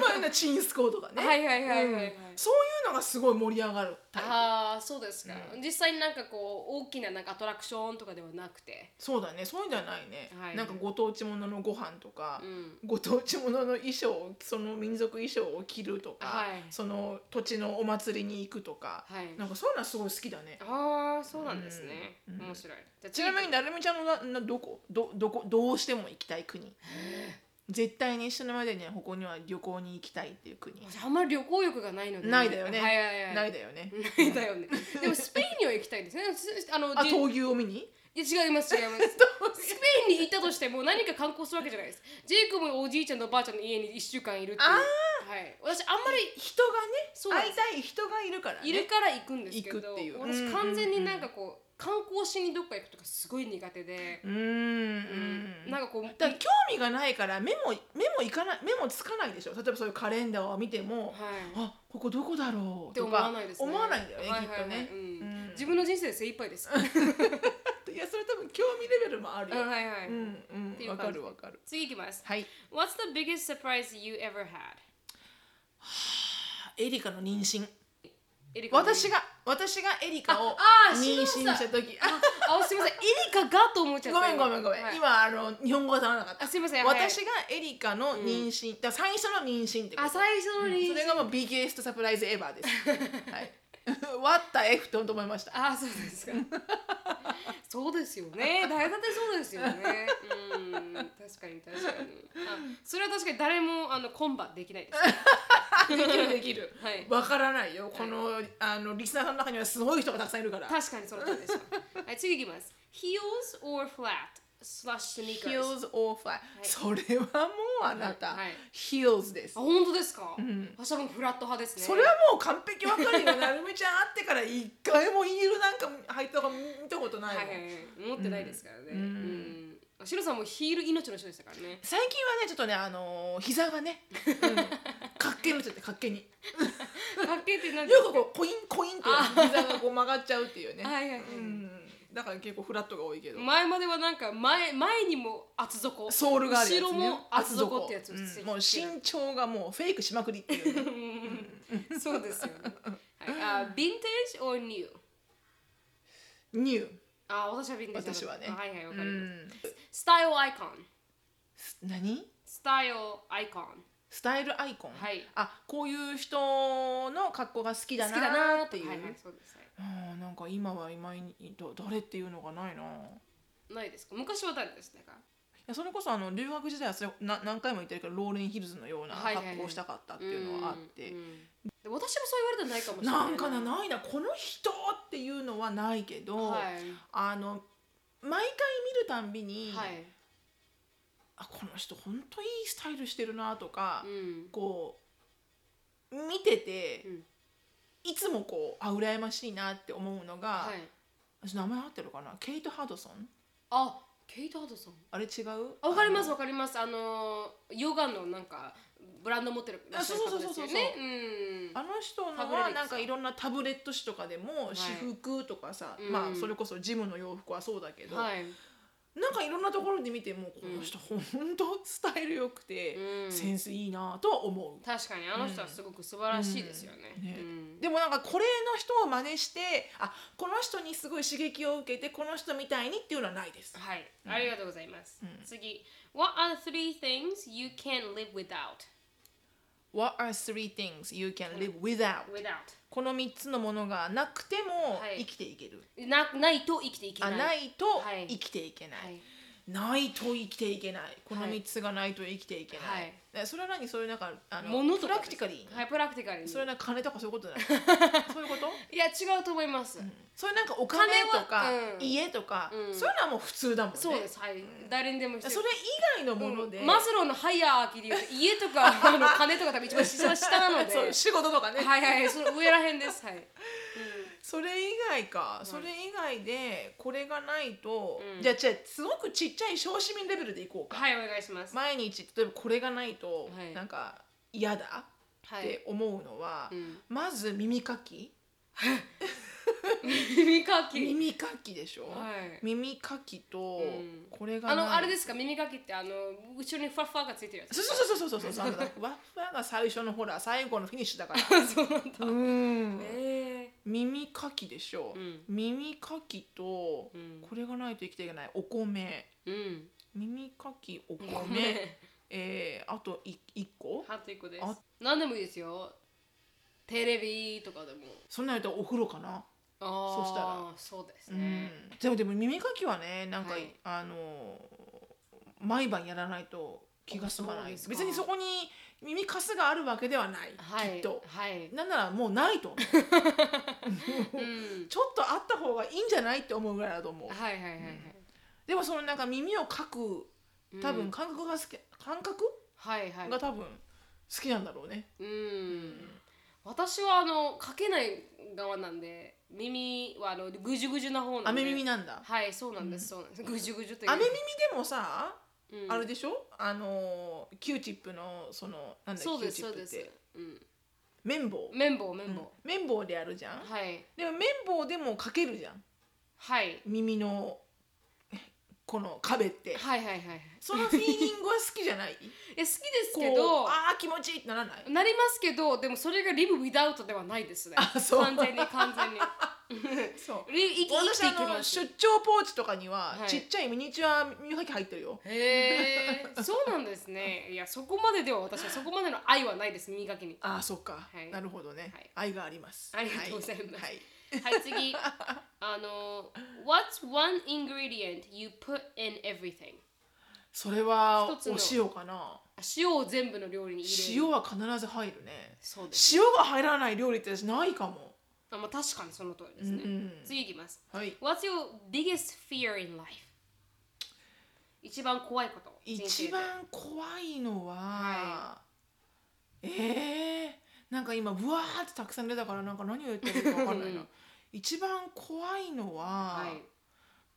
[SPEAKER 2] まあねチンスコーとか
[SPEAKER 1] う
[SPEAKER 2] ね、
[SPEAKER 1] ん、はいはいはいはい、はい
[SPEAKER 2] うんそういうのがすごい盛り上がるタイプ
[SPEAKER 1] ああそうですか、実際になんかこう大きななんかアトラクションとかではなくて、
[SPEAKER 2] そうだねそういうんじゃないね、
[SPEAKER 1] はい
[SPEAKER 2] なんかご当地もののご飯とか、
[SPEAKER 1] うん、
[SPEAKER 2] ご当地ものの衣装をその民族衣装を着るとか、
[SPEAKER 1] はい
[SPEAKER 2] その土地のお祭りに行くとか、
[SPEAKER 1] はい
[SPEAKER 2] なんかそういうのはすごい好きだね
[SPEAKER 1] ああそうなんですね、
[SPEAKER 2] うん
[SPEAKER 1] 面白いじゃあ
[SPEAKER 2] ちなみになるみちゃんのななどこどどこどうしても行きたい国絶対に死ぬまでにはここには旅行に行きたいっていう国
[SPEAKER 1] 私あんまり旅行欲がないので
[SPEAKER 2] ないだよね、
[SPEAKER 1] はいはいはい
[SPEAKER 2] ないだよね
[SPEAKER 1] ないだよねでもスペインには行きたいですねすあの
[SPEAKER 2] あ
[SPEAKER 1] じ
[SPEAKER 2] 闘牛を見に
[SPEAKER 1] いや違います違い ますスペインに行ったとしても何か観光するわけじゃないですジェイコブのおじいちゃんとおばあちゃんの家に1週間いるっていう
[SPEAKER 2] あ
[SPEAKER 1] はい、私あんまり
[SPEAKER 2] 人が
[SPEAKER 1] そうなん
[SPEAKER 2] ね
[SPEAKER 1] で
[SPEAKER 2] 会い
[SPEAKER 1] す
[SPEAKER 2] たい人がいるからね
[SPEAKER 1] いるから行くんですけど
[SPEAKER 2] 行くっていう
[SPEAKER 1] 私完全になんかこう観光しにどっか行くとかすごい苦手で、
[SPEAKER 2] うーん
[SPEAKER 1] うん、な
[SPEAKER 2] だ
[SPEAKER 1] んかこう
[SPEAKER 2] から興味がないから目も目もいかない目もつかないでしょ例えばそういうカレンダーを見ても、
[SPEAKER 1] はい
[SPEAKER 2] あここどこだろう
[SPEAKER 1] って
[SPEAKER 2] と
[SPEAKER 1] 思わ
[SPEAKER 2] か
[SPEAKER 1] ないですね
[SPEAKER 2] 思わないんだよね、
[SPEAKER 1] はい
[SPEAKER 2] きっと
[SPEAKER 1] はいはい
[SPEAKER 2] ね
[SPEAKER 1] うん、自分の人生で精一杯 です。
[SPEAKER 2] いやそれ多分興味レベルもある
[SPEAKER 1] うん
[SPEAKER 2] よ、
[SPEAKER 1] はいはい。
[SPEAKER 2] うん
[SPEAKER 1] てい
[SPEAKER 2] うんわ
[SPEAKER 1] う感じ
[SPEAKER 2] かるわかる
[SPEAKER 1] 次いきます。
[SPEAKER 2] はい
[SPEAKER 1] What's the biggest surprise you ever had?
[SPEAKER 2] エリカの妊娠
[SPEAKER 1] エリカ
[SPEAKER 2] 私が私がエリカを
[SPEAKER 1] ああー
[SPEAKER 2] 妊娠
[SPEAKER 1] 篠田
[SPEAKER 2] し
[SPEAKER 1] さ
[SPEAKER 2] た
[SPEAKER 1] ん
[SPEAKER 2] 時
[SPEAKER 1] ああ、すみ ません。エリカがと思っちゃった。
[SPEAKER 2] ごめんごめんごめん、
[SPEAKER 1] はい
[SPEAKER 2] 今あの日本語が足らなかった
[SPEAKER 1] あすいませんはい
[SPEAKER 2] 私がエリカの妊娠、だから最初の妊娠ってこと
[SPEAKER 1] あ、最初の
[SPEAKER 2] そ
[SPEAKER 1] に。
[SPEAKER 2] れがもうビゲーストサプライズエヴァー です。はい。What the F と思いました。
[SPEAKER 1] あ、そう ですか。そうですよね。大体そうですよね。うん、確かに確かに。あ、それは確かに誰もあのコンバできないです。
[SPEAKER 2] できるできる
[SPEAKER 1] はい
[SPEAKER 2] わからないよ。この、あのリスナーさんの中にはすごい人がたくさんいるから。
[SPEAKER 1] 確かにその通りですよ。 はい、次いきます。Heels or flat slash sneakers。
[SPEAKER 2] Heels or flat、それはもうあなた、
[SPEAKER 1] はいはい
[SPEAKER 2] Heels です
[SPEAKER 1] あ、。本当ですか。私はもうフラット派ですね。
[SPEAKER 2] それはもう完璧わかるよ。なるみちゃん会ってから一回もヒールなんか履いたか見たことない
[SPEAKER 1] は
[SPEAKER 2] もん
[SPEAKER 1] いはいはい、持ってないですからね。うん。シロさんもヒール命の人でしたから ね。
[SPEAKER 2] 最近はねちょっとねあのー膝がね、うん、 かっけになっちゃってかっけに。
[SPEAKER 1] かっけえってなん
[SPEAKER 2] よくこうコインコインって膝がこう曲がっちゃうっていうね。
[SPEAKER 1] はいはいはい。
[SPEAKER 2] うんだから結構フラットが多いけど、
[SPEAKER 1] 前まではなんか前前にも厚底
[SPEAKER 2] ソールがあるやつ、
[SPEAKER 1] 後
[SPEAKER 2] ね、
[SPEAKER 1] ろも厚底ってやつを
[SPEAKER 2] 厚
[SPEAKER 1] つ
[SPEAKER 2] 底
[SPEAKER 1] け
[SPEAKER 2] うんもう身長がもうフェイクしまくりっていう ね、
[SPEAKER 1] うん そうですよね、はい、あヴィンテージ or new?
[SPEAKER 2] ニュー
[SPEAKER 1] あ私はヴィンテージだ
[SPEAKER 2] 私はね
[SPEAKER 1] はいはいわか
[SPEAKER 2] う
[SPEAKER 1] ります、
[SPEAKER 2] ん
[SPEAKER 1] スタイルアイコン
[SPEAKER 2] す何
[SPEAKER 1] スタイルアイコン
[SPEAKER 2] スタイルアイコン、
[SPEAKER 1] はい
[SPEAKER 2] あこういう人の格好が好きだ
[SPEAKER 1] 好きだ
[SPEAKER 2] な
[SPEAKER 1] な
[SPEAKER 2] っていう
[SPEAKER 1] はいはいそうです、はい
[SPEAKER 2] うんなんか今は今にど誰っていうのがないない
[SPEAKER 1] ないですか昔は誰ですか
[SPEAKER 2] やそれこそあの留学時代はそれな何回も言ってるけどローレンヒルズのような
[SPEAKER 1] はいはいはい
[SPEAKER 2] 格好をしたかったっていうのはあって、
[SPEAKER 1] うんで私もそう言われたらないかもしれない
[SPEAKER 2] なんかなないなこの人っていうのはないけど、
[SPEAKER 1] はい
[SPEAKER 2] あの毎回見るたんびに、
[SPEAKER 1] はい、
[SPEAKER 2] あこの人ほんといいスタイルしてるなとか、
[SPEAKER 1] うん
[SPEAKER 2] こう見てて、
[SPEAKER 1] うん
[SPEAKER 2] いつもこうあ羨ましいなって思うのが、
[SPEAKER 1] はい、
[SPEAKER 2] 私名前合ってるかなケイト・ハドソン
[SPEAKER 1] あケイト・ハドソン
[SPEAKER 2] あれ違う
[SPEAKER 1] あわかりますすわかりますあのヨガのなんかブランド持ってるらっしゃる方ですよねうん
[SPEAKER 2] あの人の
[SPEAKER 1] タブレット
[SPEAKER 2] は
[SPEAKER 1] ですか
[SPEAKER 2] なんかいろんなタブレット紙とかでも
[SPEAKER 1] い
[SPEAKER 2] 私服とかさ、
[SPEAKER 1] うん
[SPEAKER 2] まあそれこそジムの洋服はそうだけど、
[SPEAKER 1] はい
[SPEAKER 2] なんかいろんなところで見てもこの人ほんとスタイル良くて、
[SPEAKER 1] うん
[SPEAKER 2] センスいいなとは思う。
[SPEAKER 1] 確かにあの人はすごく素晴らしいですよね,、
[SPEAKER 2] うんね
[SPEAKER 1] うん
[SPEAKER 2] でもなんかこれの人を真似してあこの人にすごい刺激を受けてこの人みたいにっていうのはないです
[SPEAKER 1] はい、ありがとうございます、次 What are three things you can't live without?
[SPEAKER 2] What are three things you can live without?
[SPEAKER 1] without
[SPEAKER 2] この3つのものがなくても
[SPEAKER 1] はい
[SPEAKER 2] 生きていける、
[SPEAKER 1] なないと生きていけない
[SPEAKER 2] あないと
[SPEAKER 1] はい
[SPEAKER 2] 生きていけない、
[SPEAKER 1] はい
[SPEAKER 2] ないと生きていけないこの
[SPEAKER 1] はい
[SPEAKER 2] 3つがないと生きていけない、えそれは何そういうなんかあの
[SPEAKER 1] 物
[SPEAKER 2] プ
[SPEAKER 1] とか
[SPEAKER 2] ラ
[SPEAKER 1] です
[SPEAKER 2] クティカリーに、
[SPEAKER 1] はいプラクティカルに
[SPEAKER 2] それはなんか金とかそういうことじゃない そういうこと
[SPEAKER 1] いや違うと思います、
[SPEAKER 2] それなんかお金とか
[SPEAKER 1] 金はうん
[SPEAKER 2] 家とか、
[SPEAKER 1] うん
[SPEAKER 2] そういうのはもう普通だもんね
[SPEAKER 1] そうですはい、誰にでも必要
[SPEAKER 2] それ以外のもので、
[SPEAKER 1] マズローのハイヤーキで言うと家とかあの金とか多分一番下なので
[SPEAKER 2] そう仕事とかね、
[SPEAKER 1] はいはいその上らへんですはい、
[SPEAKER 2] それ以外か、それ以外でこれがないと、
[SPEAKER 1] うん
[SPEAKER 2] じゃあじゃあすごくちっちゃい小市民レベルでいこうか、
[SPEAKER 1] はいお願いします、
[SPEAKER 2] 毎日例えばこれがないと、
[SPEAKER 1] はい
[SPEAKER 2] なんか嫌だ
[SPEAKER 1] は
[SPEAKER 2] っ
[SPEAKER 1] い
[SPEAKER 2] て思うのは、
[SPEAKER 1] うん
[SPEAKER 2] まず耳かき
[SPEAKER 1] 耳かき
[SPEAKER 2] 耳かきでしょ、
[SPEAKER 1] はい
[SPEAKER 2] 耳かきと、
[SPEAKER 1] うん
[SPEAKER 2] これがな
[SPEAKER 1] あ
[SPEAKER 2] い
[SPEAKER 1] のあれですか耳かきってあの後ろにファッファーがついてるやつ
[SPEAKER 2] そうそうそうそうそうそうそうあのワッファーが最初のほら最後のフィニッシュだから
[SPEAKER 1] そうなんだ
[SPEAKER 2] うん
[SPEAKER 1] え
[SPEAKER 2] 耳かきでしょ、
[SPEAKER 1] うん
[SPEAKER 2] 耳かきと、
[SPEAKER 1] うん
[SPEAKER 2] これがないと生きていけないお米
[SPEAKER 1] えうん
[SPEAKER 2] 耳かきお米
[SPEAKER 1] ごめん
[SPEAKER 2] えー、あとい一個
[SPEAKER 1] ハト一個で
[SPEAKER 2] あ
[SPEAKER 1] す何でもいいですよテレビとかでも
[SPEAKER 2] そんなんやったらお風呂かな、
[SPEAKER 1] ああ
[SPEAKER 2] そしたら
[SPEAKER 1] そうです
[SPEAKER 2] うん
[SPEAKER 1] ね、
[SPEAKER 2] でもでも耳かきはねなんか、
[SPEAKER 1] はい
[SPEAKER 2] あのー毎晩やらないと気が済ま
[SPEAKER 1] あ
[SPEAKER 2] な
[SPEAKER 1] そう
[SPEAKER 2] い
[SPEAKER 1] ですか
[SPEAKER 2] 別にそこに耳かすがあるわけではない、
[SPEAKER 1] はい
[SPEAKER 2] きっと
[SPEAKER 1] はい、
[SPEAKER 2] なんならもうないと思う
[SPEAKER 1] うん、
[SPEAKER 2] ちょっとあった方がいいんじゃないって思うぐらいだと思う
[SPEAKER 1] はいはいはいはい、
[SPEAKER 2] でもそのなんか耳をかく
[SPEAKER 1] うん
[SPEAKER 2] 多分感覚が好き、感覚
[SPEAKER 1] はいはい
[SPEAKER 2] が多分好きなんだろうね、
[SPEAKER 1] うん私はあのかけない側なんで耳はあのぐじゅぐじゅな方なんで
[SPEAKER 2] 雨耳なんだ
[SPEAKER 1] はいそうなんです、そうなんですぐじゅぐじゅという
[SPEAKER 2] 雨耳でもさ
[SPEAKER 1] うん
[SPEAKER 2] あれでしょあのキューティップのそのなんだ
[SPEAKER 1] そうです
[SPEAKER 2] キュ
[SPEAKER 1] そ
[SPEAKER 2] ー
[SPEAKER 1] う
[SPEAKER 2] ティッ
[SPEAKER 1] で
[SPEAKER 2] プっ
[SPEAKER 1] す
[SPEAKER 2] て、
[SPEAKER 1] うん、
[SPEAKER 2] 綿棒
[SPEAKER 1] 綿棒綿棒、
[SPEAKER 2] 綿棒であるじゃん
[SPEAKER 1] はい
[SPEAKER 2] でも綿棒でもかけるじゃん
[SPEAKER 1] はい
[SPEAKER 2] 耳の この壁って
[SPEAKER 1] はいはいはいはい
[SPEAKER 2] そのフィーリングは好きじゃない
[SPEAKER 1] え好き ですけ
[SPEAKER 2] こ
[SPEAKER 1] ど
[SPEAKER 2] うああ気持ちいいってならない
[SPEAKER 1] なりますけどでもそれがリブ・ウィダウトではないですね
[SPEAKER 2] あそう
[SPEAKER 1] 完全に完全 に
[SPEAKER 2] そう
[SPEAKER 1] リ生き生き
[SPEAKER 2] 私
[SPEAKER 1] てい
[SPEAKER 2] あ
[SPEAKER 1] き
[SPEAKER 2] の
[SPEAKER 1] ます
[SPEAKER 2] 出張ポーチとかには
[SPEAKER 1] はい
[SPEAKER 2] ちっちゃいミニチュア乳歯器入ってるよ
[SPEAKER 1] へえそうなんですねいやそこまででは私はそこまでの愛はないです耳かきに
[SPEAKER 2] ああそっか
[SPEAKER 1] はい
[SPEAKER 2] なるほどね
[SPEAKER 1] はい
[SPEAKER 2] 愛があります
[SPEAKER 1] ありがとうございます
[SPEAKER 2] ははい
[SPEAKER 1] はい 次あの What's one ingredient you put in everything?
[SPEAKER 2] それは
[SPEAKER 1] 一つの
[SPEAKER 2] お塩かな
[SPEAKER 1] 塩を全部の料理に入れる
[SPEAKER 2] 塩は必ず入るね
[SPEAKER 1] そうです
[SPEAKER 2] 塩が入らない料理って私ないかも
[SPEAKER 1] あ、まあ、確かにその通りですね、
[SPEAKER 2] うんうん
[SPEAKER 1] 次いきます
[SPEAKER 2] はい
[SPEAKER 1] What's your biggest fear in life? 一番怖いこと人生
[SPEAKER 2] 一
[SPEAKER 1] で
[SPEAKER 2] 番怖いのは、
[SPEAKER 1] は
[SPEAKER 2] ええー、なんか今ブワーってたくさん出たからなんか何を言ってるか分かんない
[SPEAKER 1] う
[SPEAKER 2] なん一番怖いのは、
[SPEAKER 1] はい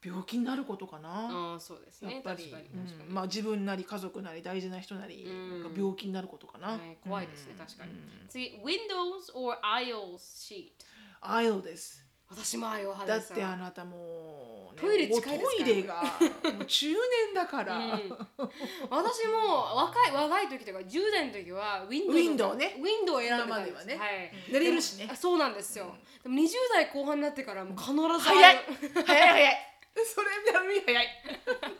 [SPEAKER 2] 病気になることかな、
[SPEAKER 1] ああそうです
[SPEAKER 2] や
[SPEAKER 1] ね
[SPEAKER 2] っぱり、
[SPEAKER 1] 確かに
[SPEAKER 2] うん
[SPEAKER 1] 確かに、
[SPEAKER 2] まあ自分なり家族なり大事な人なり、
[SPEAKER 1] うん
[SPEAKER 2] なんか病気になることかな、
[SPEAKER 1] はい、怖いですね、確かに
[SPEAKER 2] うん。
[SPEAKER 1] 次、Windows or aisle seat?
[SPEAKER 2] アイドルです
[SPEAKER 1] 私も aisle 派
[SPEAKER 2] だ
[SPEAKER 1] で
[SPEAKER 2] っ
[SPEAKER 1] す。
[SPEAKER 2] てあなたもう、
[SPEAKER 1] トイレ近いですから
[SPEAKER 2] おトイレがもう中年だから、
[SPEAKER 1] うん私も若い若い時とか10代の時は Windows
[SPEAKER 2] ウィンドウね
[SPEAKER 1] ウィンドウを選んでたん
[SPEAKER 2] 今まではね
[SPEAKER 1] はい
[SPEAKER 2] うん寝れるしね
[SPEAKER 1] でもあそうなんですよ、でも20代後半になってからもう必ず
[SPEAKER 2] 早い
[SPEAKER 1] aisle
[SPEAKER 2] 早い早いそれなる み早い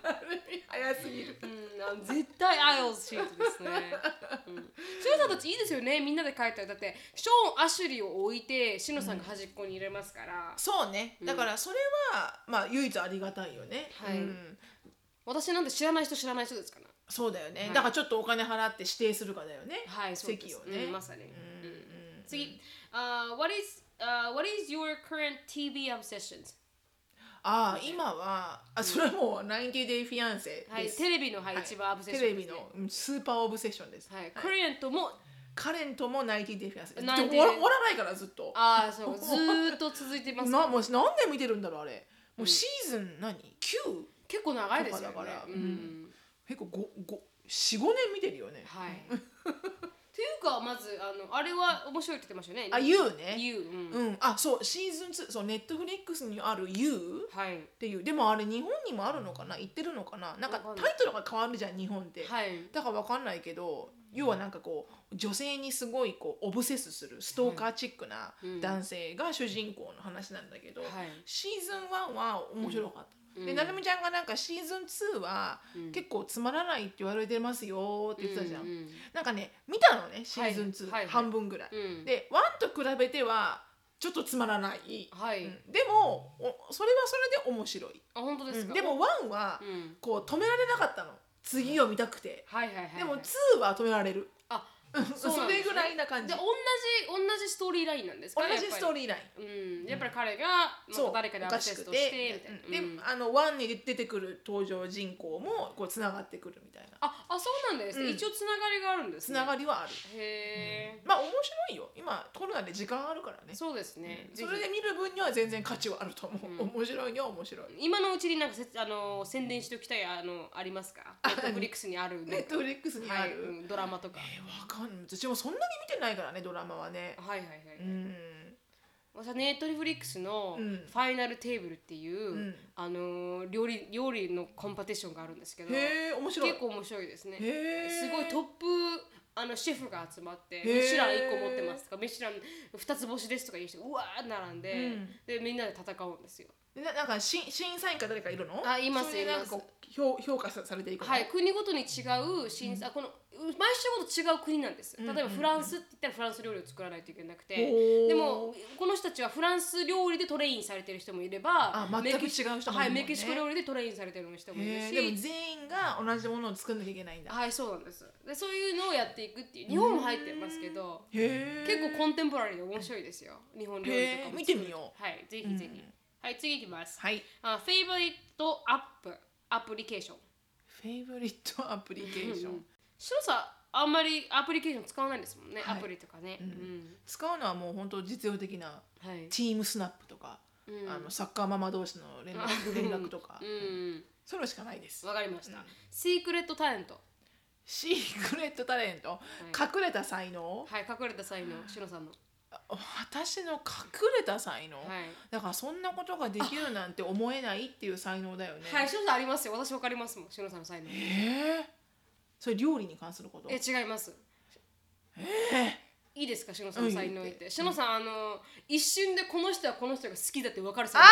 [SPEAKER 2] なるみ早すぎる
[SPEAKER 1] うん、絶対 aisle seat ですね、うん、シノさんたちいいですよねみんなで書いたらだってショーン・アシュリーを置いてシノさんが端っこに入れますから、
[SPEAKER 2] そうねだからそれは、まあ唯一ありがたいよね、
[SPEAKER 1] はい
[SPEAKER 2] うん
[SPEAKER 1] 私なんて知らない人知らない人ですから
[SPEAKER 2] そうだよね、
[SPEAKER 1] はい
[SPEAKER 2] だからちょっとお金払って指定するかだよね、
[SPEAKER 1] はい、そうです
[SPEAKER 2] 席をね、
[SPEAKER 1] うんまさに。
[SPEAKER 2] うん
[SPEAKER 1] うん次、あー what is あー what is your current TV obsessions？
[SPEAKER 2] ああ今はあそれはもう90 day fiance
[SPEAKER 1] はい、
[SPEAKER 2] です、
[SPEAKER 1] テレビのはい
[SPEAKER 2] はい
[SPEAKER 1] 一番オブセッシ
[SPEAKER 2] テ
[SPEAKER 1] ョ
[SPEAKER 2] レ
[SPEAKER 1] ンで
[SPEAKER 2] ビ
[SPEAKER 1] すね。
[SPEAKER 2] のうんスーパーオブセッションです、
[SPEAKER 1] はい、クレントも
[SPEAKER 2] カレントも90 day fiance です
[SPEAKER 1] 90
[SPEAKER 2] で終わら終わらないからずっと
[SPEAKER 1] ああそうずーっと続いてますから
[SPEAKER 2] なもう何年見てるんだろうあれもうシーズン何 9?
[SPEAKER 1] 結構長いですよね
[SPEAKER 2] とかだから。
[SPEAKER 1] う
[SPEAKER 2] うんん結構ごご45年見てるよね
[SPEAKER 1] はい。っていうかまずあのあれは面白いって言ってましたよね。
[SPEAKER 2] あ YOU ね
[SPEAKER 1] You うん
[SPEAKER 2] うん、あそうシーズン2そうネットフリックスにある「YOU」
[SPEAKER 1] はい
[SPEAKER 2] っていうでもあれ日本にもあるのかな言ってるのかななんか
[SPEAKER 1] わかんない
[SPEAKER 2] タイトルが変わるじゃん日本って、
[SPEAKER 1] はい
[SPEAKER 2] だからわかんないけど要はなんかこう女性にすごいこうオブセスするストーカーチックな
[SPEAKER 1] うん
[SPEAKER 2] 男性が主人公の話なんだけど、
[SPEAKER 1] はい
[SPEAKER 2] シーズン1は面白かった。
[SPEAKER 1] うん
[SPEAKER 2] でなるみちゃんがなんかシーズン2は
[SPEAKER 1] うん
[SPEAKER 2] 結構つまらないって言われてますよって言ってたじゃん、
[SPEAKER 1] うんうん
[SPEAKER 2] なんかね見たのねシーズン
[SPEAKER 1] は
[SPEAKER 2] 2、
[SPEAKER 1] いはいはい
[SPEAKER 2] 半分ぐらい、
[SPEAKER 1] うん
[SPEAKER 2] で1と比べてはちょっとつまらない、
[SPEAKER 1] はい
[SPEAKER 2] うんでもおそれはそれで面白い、
[SPEAKER 1] あ本当です
[SPEAKER 2] うん
[SPEAKER 1] か。
[SPEAKER 2] でも1は
[SPEAKER 1] うん
[SPEAKER 2] こう止められなかったの次を見たくて、
[SPEAKER 1] はいはいはいはい。
[SPEAKER 2] でも2は止められる
[SPEAKER 1] あ
[SPEAKER 2] そ
[SPEAKER 1] そうなんですね
[SPEAKER 2] れぐらいな感 じ
[SPEAKER 1] で同じ同じストーリーラインなんですか
[SPEAKER 2] 同じストー
[SPEAKER 1] リ
[SPEAKER 2] リーライン
[SPEAKER 1] ーうんやっぱり彼がま
[SPEAKER 2] そ
[SPEAKER 1] た
[SPEAKER 2] う
[SPEAKER 1] 誰かにア
[SPEAKER 2] お
[SPEAKER 1] ク
[SPEAKER 2] か
[SPEAKER 1] セ
[SPEAKER 2] し
[SPEAKER 1] ス
[SPEAKER 2] く
[SPEAKER 1] と
[SPEAKER 2] て
[SPEAKER 1] してみ
[SPEAKER 2] う
[SPEAKER 1] たいな、
[SPEAKER 2] んで
[SPEAKER 1] うん、
[SPEAKER 2] あの1に出てくる登場人口もこうつながってくるみたいな
[SPEAKER 1] ああそうなんです、ね
[SPEAKER 2] うん
[SPEAKER 1] 一応つながりがあるんです
[SPEAKER 2] つ
[SPEAKER 1] ね
[SPEAKER 2] ながりはある
[SPEAKER 1] へえ、
[SPEAKER 2] まあ面白いよ今コロナで時間あるからね
[SPEAKER 1] そうですね、
[SPEAKER 2] そ
[SPEAKER 1] ぜ
[SPEAKER 2] れ
[SPEAKER 1] ひ
[SPEAKER 2] で見る分には全然価値はあると思う、面白いには面白い
[SPEAKER 1] 今のうちになんかせあの宣伝しておきたいあのありますかネットフリックスにある
[SPEAKER 2] ネ ットフリックスにあ
[SPEAKER 1] はい
[SPEAKER 2] る、
[SPEAKER 1] うんドラマとか、
[SPEAKER 2] えわかんない私もそんなに見てないからねドラマはね、
[SPEAKER 1] はいはいはいう
[SPEAKER 2] ん
[SPEAKER 1] 私はネットフリックスの「フ
[SPEAKER 2] うん
[SPEAKER 1] ァイナルテーブル」っていう、
[SPEAKER 2] うん
[SPEAKER 1] あの料理料理のコンパティションがあるんですけど
[SPEAKER 2] へえ面白い
[SPEAKER 1] 結構面白いですね
[SPEAKER 2] へー
[SPEAKER 1] すごいトップあのシェフが集まって「
[SPEAKER 2] ー
[SPEAKER 1] ミシュラン1個持ってます」とか「ミシュラン2つ星です」とか言う人がうわーって並んで、
[SPEAKER 2] うん
[SPEAKER 1] でみんなで戦うんですよ
[SPEAKER 2] でななんかし審査員か誰かいるの
[SPEAKER 1] あいます
[SPEAKER 2] それでなんかこう評評価さされていくの、
[SPEAKER 1] はい、国ごとに違う審査、この毎週ごと違う国なんですよ例えばフランスって言ったらフランス料理を作らないといけなくて、
[SPEAKER 2] ほー
[SPEAKER 1] でもこの人たちはフランス料理でトレインされてる人もいれば
[SPEAKER 2] あ全く
[SPEAKER 1] メキ
[SPEAKER 2] 違う人もいるもんね
[SPEAKER 1] はい、メキシコ料理でトレインされてる人もいる
[SPEAKER 2] へ
[SPEAKER 1] し
[SPEAKER 2] えでも全員が同じものを作んなきゃいけないんだ
[SPEAKER 1] はいそうなんですでそういうのをやっていくっていう日本も入ってますけど
[SPEAKER 2] へえ
[SPEAKER 1] 結構コンテンポラリーで面白いですよ日本料理とか
[SPEAKER 2] へ
[SPEAKER 1] も
[SPEAKER 2] ー見てみよ
[SPEAKER 1] はいぜひぜひ、はい次いきます、
[SPEAKER 2] はい
[SPEAKER 1] あフェイバリットアップアプリケーション
[SPEAKER 2] フェイブリットアプリケーション
[SPEAKER 1] 白さあんまりアプリケーション使わないですもんね、
[SPEAKER 2] はい
[SPEAKER 1] アプリとかね、うん
[SPEAKER 2] 使うのはもう本当実用的な
[SPEAKER 1] はい
[SPEAKER 2] チームスナップとか、あのサッカーママ同士の 連絡連絡とか、
[SPEAKER 1] うん
[SPEAKER 2] それしかないです
[SPEAKER 1] わかりました、シークレットタレント
[SPEAKER 2] シークレットタレント、隠れた才能、
[SPEAKER 1] はい隠れた才能しのさんの
[SPEAKER 2] 私の隠れた才能、
[SPEAKER 1] はい
[SPEAKER 2] だからそんなことができるなんて思えないっていう才能だよね、
[SPEAKER 1] はいしのさんありますよ私わかりますもんしのさんの才能
[SPEAKER 2] えーそれ料理に関すること
[SPEAKER 1] え違いますいいですかしのさんの才能言っ
[SPEAKER 2] う
[SPEAKER 1] てしのさんあの一瞬でこの人はこの人が好きだって分かる才
[SPEAKER 2] あ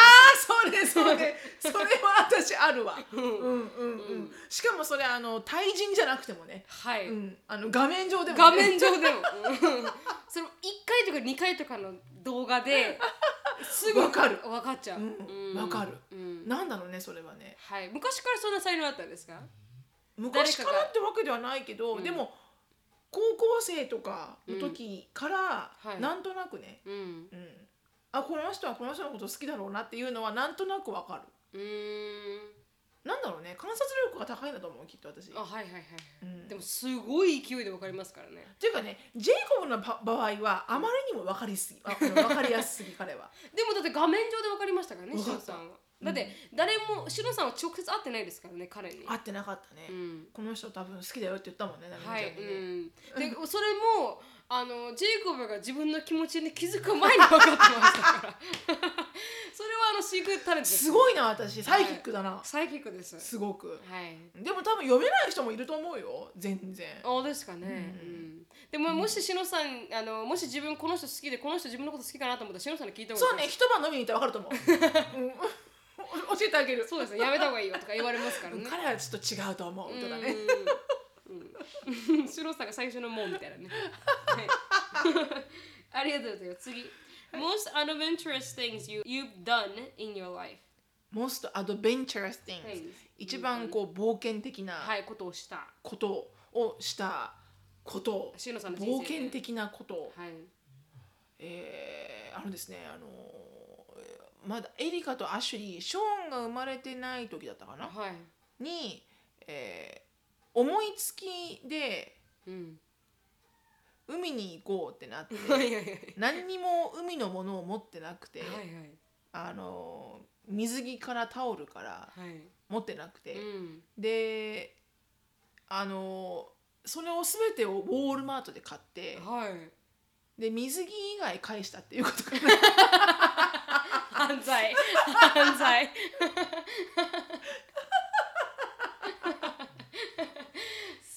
[SPEAKER 1] 能
[SPEAKER 2] あそれ それそれは私あるわうんうんうんしかもそれあの対人じゃなくてもね、
[SPEAKER 1] はい、
[SPEAKER 2] うん、あの画面上でも、ね、
[SPEAKER 1] 画面上でもうんその1回とか2回とかの動画 ですぐ
[SPEAKER 2] わかる
[SPEAKER 1] 分かっちゃう、
[SPEAKER 2] うん
[SPEAKER 1] うん
[SPEAKER 2] わかる
[SPEAKER 1] うん
[SPEAKER 2] なんだろうねそれはね
[SPEAKER 1] はい、昔からそんな才能だったんですか
[SPEAKER 2] 昔
[SPEAKER 1] 誰
[SPEAKER 2] か
[SPEAKER 1] からが
[SPEAKER 2] ってわけではないけど、
[SPEAKER 1] ん
[SPEAKER 2] でも高校生とかの時から、
[SPEAKER 1] うんはい
[SPEAKER 2] なんとなくね、
[SPEAKER 1] うん
[SPEAKER 2] うん、あこの人はこの人のこと好きだろうなっていうのはなんとなくわかる
[SPEAKER 1] うーん
[SPEAKER 2] なんだろうね観察力が高いんだと思うきっと私
[SPEAKER 1] あはいはいはい、
[SPEAKER 2] ん
[SPEAKER 1] でもすごい勢いで分かりますからね
[SPEAKER 2] っていうかねジェイコブのば場合はあまりにも分かりすぎあ分かりやすすぎ彼は
[SPEAKER 1] でもだって画面上で分かりましたからね
[SPEAKER 2] わ
[SPEAKER 1] シ
[SPEAKER 2] か
[SPEAKER 1] ロ
[SPEAKER 2] った
[SPEAKER 1] さんはだって誰もシロさんは直接会って ないですからね彼に
[SPEAKER 2] 合ってなかったね、
[SPEAKER 1] うん
[SPEAKER 2] この人多分好きだよって言ったもんねナミちゃ
[SPEAKER 1] はい、
[SPEAKER 2] ん
[SPEAKER 1] う
[SPEAKER 2] にね、
[SPEAKER 1] ん、で それもあのジェイコブが自分の気持ちに気づく前に分かってましたから それはあのシークレットタレントです
[SPEAKER 2] すごいな私サイキックだな、
[SPEAKER 1] サイキックです
[SPEAKER 2] すごく
[SPEAKER 1] はい
[SPEAKER 2] でも多分読めない人もいると思うよ全然
[SPEAKER 1] あですかね、うんでももししのさんあのもし自分この人好きでこの人自分のこと好きかなと思ったらしのさんに聞いた方がいう
[SPEAKER 2] そ
[SPEAKER 1] い
[SPEAKER 2] ね
[SPEAKER 1] です
[SPEAKER 2] 一晩飲みに行ったら分かると 思う、うん、 教えてあげる
[SPEAKER 1] そうですねやめた方がいいよとか言われますからね
[SPEAKER 2] 彼はちょっと違うと思うとかね
[SPEAKER 1] うんうん、シロさんが最初のもうみたいな ね。はいありがとうございます。次。Most unadventurous things you, you've done in your life.
[SPEAKER 2] Most adventurous things、
[SPEAKER 1] Things
[SPEAKER 2] 一番こう冒険的な
[SPEAKER 1] はい、ことをした。は
[SPEAKER 2] ことをしたこと
[SPEAKER 1] シノさんの人生
[SPEAKER 2] 冒
[SPEAKER 1] で
[SPEAKER 2] 険的なことを
[SPEAKER 1] い。
[SPEAKER 2] えーあのですねあのえーまだエリカとアシュリーショーンが生まれてない時だったかな
[SPEAKER 1] はい。
[SPEAKER 2] に、えー思いつきで
[SPEAKER 1] うん。
[SPEAKER 2] 海に行こうってなって
[SPEAKER 1] はいはいはい。
[SPEAKER 2] 何にも海のものを持ってなくて、
[SPEAKER 1] はいはい。
[SPEAKER 2] あの水着からタオルから
[SPEAKER 1] はい。
[SPEAKER 2] 持ってなくて、
[SPEAKER 1] うん。
[SPEAKER 2] であのそれを全てをウォールマートで買って
[SPEAKER 1] はい。
[SPEAKER 2] で水着以外返したっていうことかな
[SPEAKER 1] 犯罪。犯罪。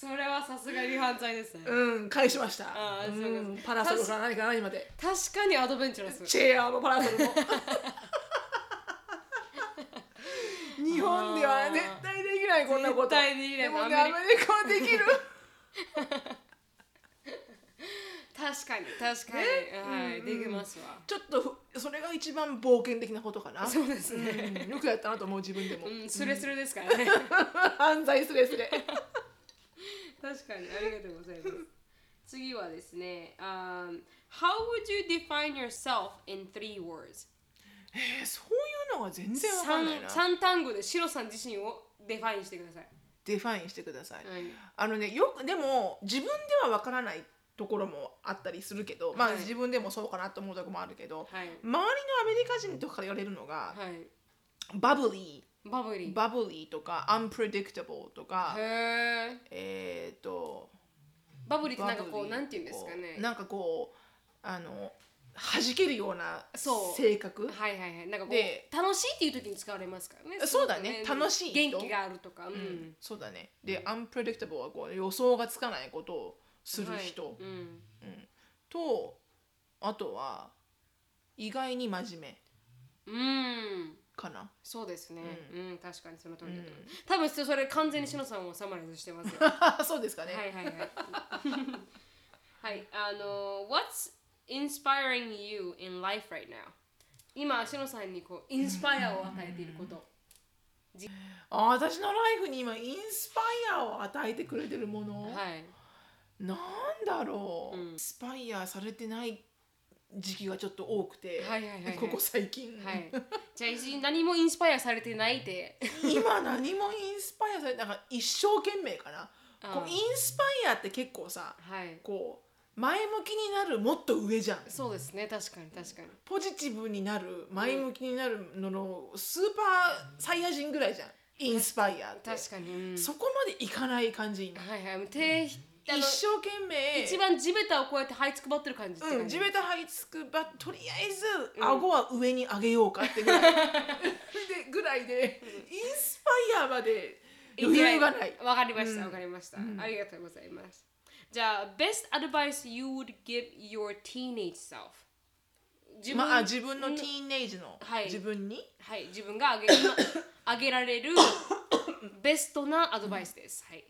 [SPEAKER 1] それはさすがに犯罪ですね。
[SPEAKER 2] うん、返しました
[SPEAKER 1] あ。ー
[SPEAKER 2] う
[SPEAKER 1] そうか
[SPEAKER 2] ん、パラソルから何から何まで。
[SPEAKER 1] 確かにアドベンチャーです。
[SPEAKER 2] チェアもパラソル も。日本では絶対できないこんなこ
[SPEAKER 1] 絶
[SPEAKER 2] と。
[SPEAKER 1] 対できない
[SPEAKER 2] でもね
[SPEAKER 1] ア
[SPEAKER 2] ア
[SPEAKER 1] メ
[SPEAKER 2] メ
[SPEAKER 1] リ
[SPEAKER 2] リカはできる。
[SPEAKER 1] 確かに確かに、はい、できますわ。
[SPEAKER 2] ちょっとふそれが一番冒険的なことかな。
[SPEAKER 1] そうですね。
[SPEAKER 2] うんよくやったなと思う自分でも
[SPEAKER 1] う。ん、スレスレですからね。
[SPEAKER 2] 犯罪すれすれ。
[SPEAKER 1] 確かに、ありがとうございます。次はですね、um, How would you define yourself in three words?
[SPEAKER 2] えーそういうのが全然わかんない
[SPEAKER 1] 三
[SPEAKER 2] な。
[SPEAKER 1] 三単語でシロさん自身をデファインしてください。
[SPEAKER 2] デファインしてください。
[SPEAKER 1] はい。
[SPEAKER 2] あのねよくでも自分ではわからないところもあったりするけど、まあ
[SPEAKER 1] はい
[SPEAKER 2] 自分でもそうかなと思うところもあるけど、
[SPEAKER 1] はい
[SPEAKER 2] 周りのアメリカ人とかから言われるのが、
[SPEAKER 1] はい。
[SPEAKER 2] バブリ
[SPEAKER 1] バブリ
[SPEAKER 2] ー
[SPEAKER 1] ー。
[SPEAKER 2] バブリーとかアンプレディクタブルとか、
[SPEAKER 1] へー
[SPEAKER 2] えっ、と
[SPEAKER 1] バブリーってなんか
[SPEAKER 2] バ
[SPEAKER 1] こ
[SPEAKER 2] ブ
[SPEAKER 1] う、
[SPEAKER 2] リー
[SPEAKER 1] なんていうんですかね
[SPEAKER 2] こう。なんかこうあの弾けるような
[SPEAKER 1] そう
[SPEAKER 2] 性格
[SPEAKER 1] はいはいはい。なんかこ
[SPEAKER 2] で
[SPEAKER 1] う、楽しいっていう時に使われますからね。
[SPEAKER 2] そうだね
[SPEAKER 1] すごく
[SPEAKER 2] 楽しい人
[SPEAKER 1] 元気があるとか。う
[SPEAKER 2] うんん。そうだねでアンプレディクタブルはこう予想がつかないことをする人、
[SPEAKER 1] はいうん。
[SPEAKER 2] とあとは意外に真面目
[SPEAKER 1] うん。
[SPEAKER 2] かな
[SPEAKER 1] そうですね。うん、確かにその通りだと思う。
[SPEAKER 2] うん
[SPEAKER 1] 多分それ完全にしのさんをサマライズしてますよ。は
[SPEAKER 2] あそうですかね、
[SPEAKER 1] いはいはい。はい、あの、What's inspiring you in life right now? 今、しのさんにこうインスパイアを与えていること。
[SPEAKER 2] あ私のライフに今インスパイアを与えてくれてるもの、
[SPEAKER 1] はい。
[SPEAKER 2] なんだろう、
[SPEAKER 1] うん
[SPEAKER 2] インスパイアされてない時期がちょっと多くて、
[SPEAKER 1] はいはいはいはい
[SPEAKER 2] ここ最近、
[SPEAKER 1] はい。じゃあ、一何もインスパイアされてないで。
[SPEAKER 2] 今何もインスパイアされてなんか一生懸命かな、
[SPEAKER 1] あー
[SPEAKER 2] こうインスパイアって結構さ
[SPEAKER 1] はい。
[SPEAKER 2] こう前向きになるもっと上じゃん
[SPEAKER 1] そうですね、確かに確かに。
[SPEAKER 2] ポジティブになる前向きになるののスーパーサイヤ人ぐらいじゃんインスパイアって
[SPEAKER 1] 確かに、うん
[SPEAKER 2] そこまでいかない感じ今
[SPEAKER 1] はいはいもう手ひあの
[SPEAKER 2] 一生懸命
[SPEAKER 1] 一番地べたをこうやって這いつくばってる感じって感じ、
[SPEAKER 2] うん、地べた這いつくばとりあえず顎は上に上げようかってぐらい,で、ぐらいでインスパイアまで余裕がない
[SPEAKER 1] わかりました、
[SPEAKER 2] うん
[SPEAKER 1] わかりました、ありがとうございます。じゃあ、best advice you would give your teenage self? 自分,、
[SPEAKER 2] まあ自分のティーンエイジの
[SPEAKER 1] はい
[SPEAKER 2] 自分に、
[SPEAKER 1] はい、自分があげ あげられるベストなアドバイスです。はい、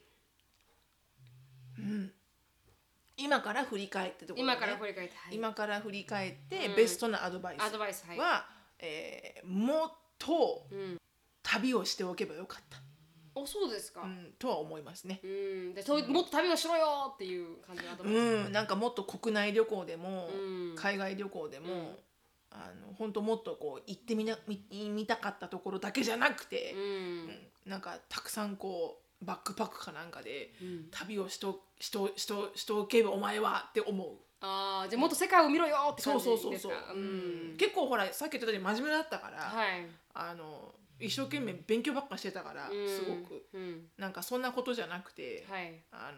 [SPEAKER 2] 今から振り返ってところね、
[SPEAKER 1] 今から振り返って、はい、
[SPEAKER 2] 今から振り返って、ベストなアドバイス
[SPEAKER 1] アドバイス、はい。
[SPEAKER 2] は、えーもっと
[SPEAKER 1] ん
[SPEAKER 2] 旅をしておけばよかった、
[SPEAKER 1] お、そうですか。う
[SPEAKER 2] うんん、とは思いますね。
[SPEAKER 1] でそうもっと旅をしろよっていう感じのアドバイス。
[SPEAKER 2] うん、なんかもっと国内旅行でも、
[SPEAKER 1] うん
[SPEAKER 2] 海外旅行でも、
[SPEAKER 1] うん
[SPEAKER 2] あの本当もっとこう行ってみなみ見たかったところだけじゃなくて
[SPEAKER 1] う、ん
[SPEAKER 2] うんなんかたくさんこうバックパックかなんかで
[SPEAKER 1] うん
[SPEAKER 2] 旅をしとしとしとしとけばお前はって思う。
[SPEAKER 1] ああ、じゃあもっと世界を見ろよって
[SPEAKER 2] そ
[SPEAKER 1] 感
[SPEAKER 2] う
[SPEAKER 1] じ
[SPEAKER 2] そうそう
[SPEAKER 1] です
[SPEAKER 2] そう
[SPEAKER 1] か。、うん。
[SPEAKER 2] 結構ほらさっき言ったように真面目だったから、
[SPEAKER 1] はい。
[SPEAKER 2] あの一生懸命勉強ばっかしてたから、
[SPEAKER 1] うん
[SPEAKER 2] すごく。
[SPEAKER 1] うん。
[SPEAKER 2] なんかそんなことじゃなくて、
[SPEAKER 1] はい。
[SPEAKER 2] あ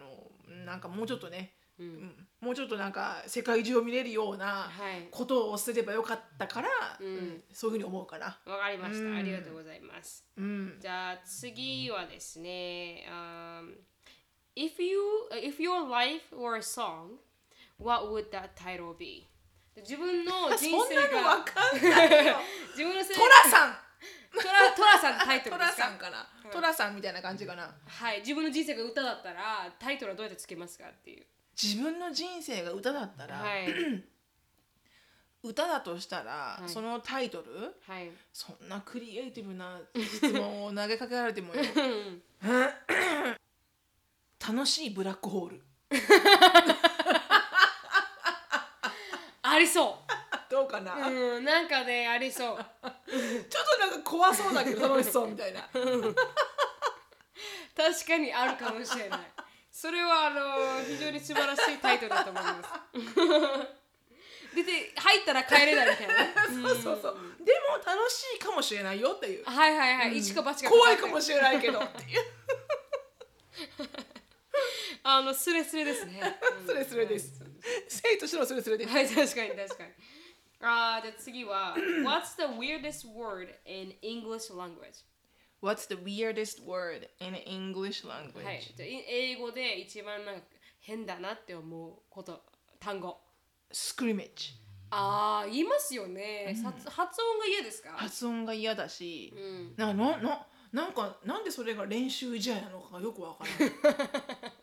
[SPEAKER 2] のなんかもうちょっとね、
[SPEAKER 1] う。
[SPEAKER 2] うんんもうちょっとなんか世界中を見れるような
[SPEAKER 1] はい。
[SPEAKER 2] ことをすればよかったから、
[SPEAKER 1] うん
[SPEAKER 2] うんそういうふうに思うかな。
[SPEAKER 1] わかりました、
[SPEAKER 2] うん
[SPEAKER 1] ありがとうございます。
[SPEAKER 2] うん、
[SPEAKER 1] じゃあ次はですね、um, if, you, if your life were a song, what would that title be? 自分の
[SPEAKER 2] そ
[SPEAKER 1] 人
[SPEAKER 2] んな
[SPEAKER 1] 生
[SPEAKER 2] のわ
[SPEAKER 1] が
[SPEAKER 2] かん ないよ。
[SPEAKER 1] 自分のせい
[SPEAKER 2] トラさん、
[SPEAKER 1] トラトラさんのタイト
[SPEAKER 2] ト
[SPEAKER 1] ルで
[SPEAKER 2] ラ
[SPEAKER 1] す
[SPEAKER 2] さん
[SPEAKER 1] か
[SPEAKER 2] かな、トラさんみたいな感じかな。
[SPEAKER 1] はい自分の人生が歌だったらタイトルはどうやってつけますかっていう
[SPEAKER 2] 自分の人生が歌だったら、
[SPEAKER 1] はい
[SPEAKER 2] 歌だとしたら、
[SPEAKER 1] はい
[SPEAKER 2] そのタイトル、
[SPEAKER 1] はい
[SPEAKER 2] そんなクリエイティ ブな質問を投げかけられてもよ楽しいブラックホール。
[SPEAKER 1] ありそ
[SPEAKER 2] どうかな。
[SPEAKER 1] ううんなんかねありそう
[SPEAKER 2] ちょっとなんか怖そうだけど楽しそうみたい な。
[SPEAKER 1] 確かにあるかもしれないそれはあの非常に素晴らしいタイトルだと思います出て入ったら帰れないみたいなね
[SPEAKER 2] そうそうそう。でも楽しいかもしれないよっていう。
[SPEAKER 1] はいはいはい、一か八か
[SPEAKER 2] 怖いかも
[SPEAKER 1] し
[SPEAKER 2] しれないけど っていう。
[SPEAKER 1] あのスレスレですね
[SPEAKER 2] スレスレです。生と死のスレスレです。
[SPEAKER 1] はい確かに確かにあーじゃあ次は What's the weirdest word in English language?
[SPEAKER 2] What's the weirdest word in English language?
[SPEAKER 1] はいじゃあい英語で一番なんか変だなって思うこと単語
[SPEAKER 2] Scrimmage。
[SPEAKER 1] ああ言いますよね、さつ発音が嫌ですか
[SPEAKER 2] 発音が嫌だし
[SPEAKER 1] う、ん
[SPEAKER 2] なんかなななんかなんでそれが練習試合なのかよくわからない。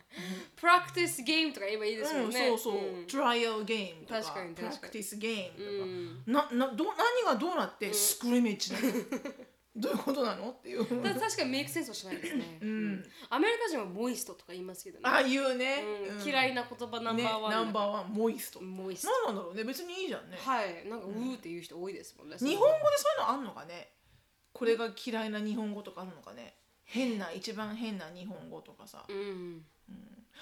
[SPEAKER 1] プラクティスゲームとか言えばいいですも
[SPEAKER 2] うんん、
[SPEAKER 1] ね。
[SPEAKER 2] そうそう。
[SPEAKER 1] ん
[SPEAKER 2] Trial game とか
[SPEAKER 1] 確かに確かに
[SPEAKER 2] practice game とか。
[SPEAKER 1] うん
[SPEAKER 2] ななど何がどうなってスクリメッジなの、 どういうことなのっていう
[SPEAKER 1] た確かにメイクセンスはしないですね。うんアメリカ人はモイストとか言いますけどね。
[SPEAKER 2] ああいうね、
[SPEAKER 1] うん
[SPEAKER 2] うん
[SPEAKER 1] 嫌いな言葉ナンバ
[SPEAKER 2] ね
[SPEAKER 1] ーワン。
[SPEAKER 2] ナンバーワンモイスト
[SPEAKER 1] モイスト。
[SPEAKER 2] 何なんだろうね別にいいじゃんね、
[SPEAKER 1] はい、なんかうーっていう人多いですもんね。
[SPEAKER 2] 日本語でそういうのあんのかねこれが嫌いな日本語とかあるのかね変な一番変な日本語とかさ、
[SPEAKER 1] うん。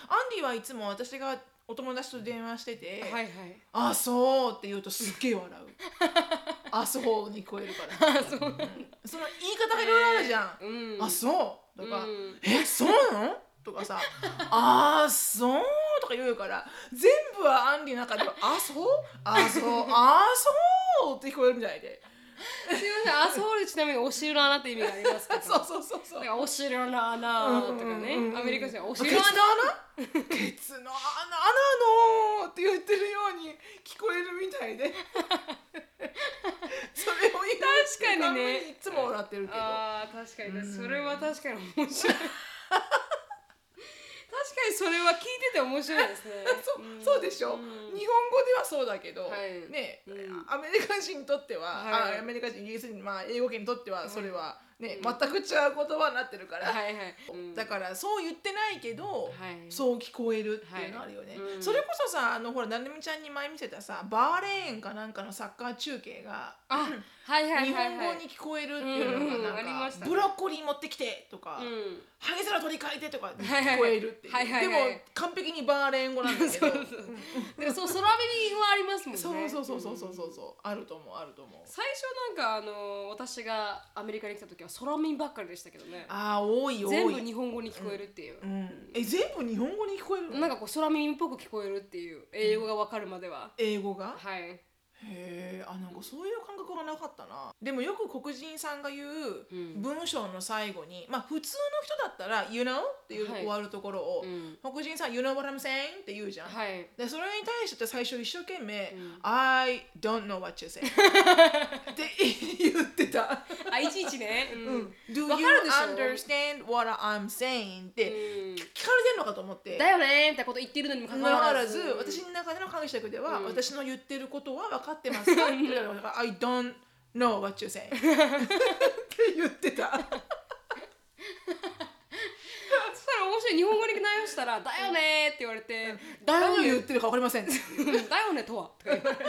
[SPEAKER 2] アンディはいつも私がお友達と電話してて
[SPEAKER 1] は
[SPEAKER 2] 「
[SPEAKER 1] いはい。
[SPEAKER 2] あそう」って言うとすっげえ笑 う「あそう」に聞こえるから
[SPEAKER 1] そう。
[SPEAKER 2] その言い方がいろいろあるじゃん、
[SPEAKER 1] うん。
[SPEAKER 2] あそうとか、
[SPEAKER 1] うん
[SPEAKER 2] えそうなのとか さあーそうとか言うから全部はアンリの中ではあそうあそうあそうって聞こえるみたいで
[SPEAKER 1] すみません、アスホールちなみにお尻の穴って意味がありますけど。
[SPEAKER 2] そうそうそうそ
[SPEAKER 1] だ
[SPEAKER 2] う
[SPEAKER 1] からお尻の穴とかね
[SPEAKER 2] うんうんうんう。ん
[SPEAKER 1] アメリカ人はお
[SPEAKER 2] ケ
[SPEAKER 1] 尻
[SPEAKER 2] ツ
[SPEAKER 1] の
[SPEAKER 2] の
[SPEAKER 1] 穴。
[SPEAKER 2] 穴 ケツの穴穴のって言ってるように聞こえるみたいでそれを言
[SPEAKER 1] 確かにね
[SPEAKER 2] いつも笑ってるけど
[SPEAKER 1] ああ確かにねそれは確かに面白い確かにそれは聞いてて面白いですね
[SPEAKER 2] そう
[SPEAKER 1] うん
[SPEAKER 2] そうでしょ、
[SPEAKER 1] ん
[SPEAKER 2] 日本語ではそうだけど、
[SPEAKER 1] はい
[SPEAKER 2] ね、
[SPEAKER 1] うん
[SPEAKER 2] アメリカ人にとっては、
[SPEAKER 1] はい
[SPEAKER 2] あアメリカ人イギリス人、まあ、英語圏にとってはそれは、ね全く違う言葉になってるから、
[SPEAKER 1] はいはい、うん
[SPEAKER 2] だからそう言ってないけど、
[SPEAKER 1] はい
[SPEAKER 2] そう聞こえるっていうのあるよね、
[SPEAKER 1] はいうん
[SPEAKER 2] それこそさあのほらなるみちゃんに前見せたさバーレーンかなんかのサッカー中継が
[SPEAKER 1] あはいはい
[SPEAKER 2] 日
[SPEAKER 1] はい
[SPEAKER 2] 本
[SPEAKER 1] は
[SPEAKER 2] 語
[SPEAKER 1] い
[SPEAKER 2] に聞こえるっていうのが
[SPEAKER 1] うんあり
[SPEAKER 2] なん
[SPEAKER 1] まし
[SPEAKER 2] か、
[SPEAKER 1] たね
[SPEAKER 2] ブロッコリー持ってきてとか、
[SPEAKER 1] うん
[SPEAKER 2] ハゲ皿取り替えてとか
[SPEAKER 1] はいはい
[SPEAKER 2] 聞こえるっていう、
[SPEAKER 1] はいはい
[SPEAKER 2] で
[SPEAKER 1] はい
[SPEAKER 2] も完璧にバーレーン語なんだけ
[SPEAKER 1] そ
[SPEAKER 2] ど
[SPEAKER 1] うそうでもそう空耳はありますもんね
[SPEAKER 2] そうそうそうそうそうそううんそうあると思うあると思う
[SPEAKER 1] 最初なんかあの私がアメリカに来た時は空耳ばっかりでしたけどね
[SPEAKER 2] ああ多い多い
[SPEAKER 1] 全部日本語に聞こえるっていう
[SPEAKER 2] う、ん、え全部日本語に聞こえるの
[SPEAKER 1] なんかこう空耳っぽく聞こえるっていう英語がわかるまでは、
[SPEAKER 2] 英語が
[SPEAKER 1] はい、
[SPEAKER 2] へえあなんかそういう感覚がなかったなでもよく黒人さんが言う
[SPEAKER 1] うん
[SPEAKER 2] 文章の最後に、まあ普通の人だったら「you know」っていう
[SPEAKER 1] はい
[SPEAKER 2] 終わるところを、
[SPEAKER 1] うん
[SPEAKER 2] 黒人さん「you know what I'm saying」って言うじゃん、
[SPEAKER 1] はい
[SPEAKER 2] でそれに対して最初一生懸命「
[SPEAKER 1] うん
[SPEAKER 2] I don't know what you say」って言ってた
[SPEAKER 1] あいちいちね、う
[SPEAKER 2] 「うんん Do you
[SPEAKER 1] わかるでしょ
[SPEAKER 2] understand what I'm saying」って
[SPEAKER 1] うん
[SPEAKER 2] 聞かれてんのかと思って
[SPEAKER 1] だよねみたいなこと言ってるのにもかか
[SPEAKER 2] な
[SPEAKER 1] わ
[SPEAKER 2] からら
[SPEAKER 1] ず
[SPEAKER 2] ず、私の中での解釈では、
[SPEAKER 1] うん
[SPEAKER 2] 私の言ってることは分かって ますかって言われたから I don't know what you say って言ってた
[SPEAKER 1] そしたら面白い日本語に直したら「だよね」って言われて「だ
[SPEAKER 2] 何を言
[SPEAKER 1] よ
[SPEAKER 2] っ
[SPEAKER 1] ね」
[SPEAKER 2] てるか分かりませ
[SPEAKER 1] 「
[SPEAKER 2] ん
[SPEAKER 1] だよね」とはとか言って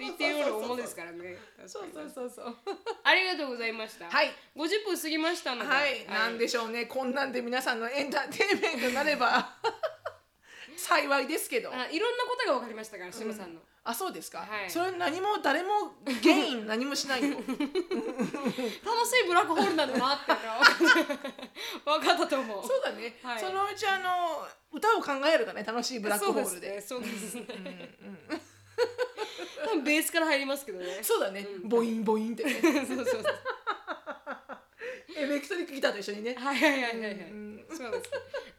[SPEAKER 1] 言ってるようなものですからね
[SPEAKER 2] そうそうそうそう
[SPEAKER 1] ありがとうございました
[SPEAKER 2] はい
[SPEAKER 1] 50分過ぎましたのでは
[SPEAKER 2] はい、なんでしょうねこんなんで皆さんのエンターテインメントになれ ば幸いですけど
[SPEAKER 1] あいろんなことが分かりましたから志麻さんの
[SPEAKER 2] あそうですか、
[SPEAKER 1] はい
[SPEAKER 2] それ何も誰も原 因何もしないよ
[SPEAKER 1] 楽しいブラックホールなんだなっていうのは分かったと思う
[SPEAKER 2] そうだね、
[SPEAKER 1] はい
[SPEAKER 2] そのうちあの歌を考えるかね楽しいブラックホールで
[SPEAKER 1] そうですねそうですね多分ベースから入りますけどね
[SPEAKER 2] そうだね、ボインボイン ってね
[SPEAKER 1] そうそうそう
[SPEAKER 2] エレクトリックギターと一緒にね。
[SPEAKER 1] はいはいはいはいはい。そうです。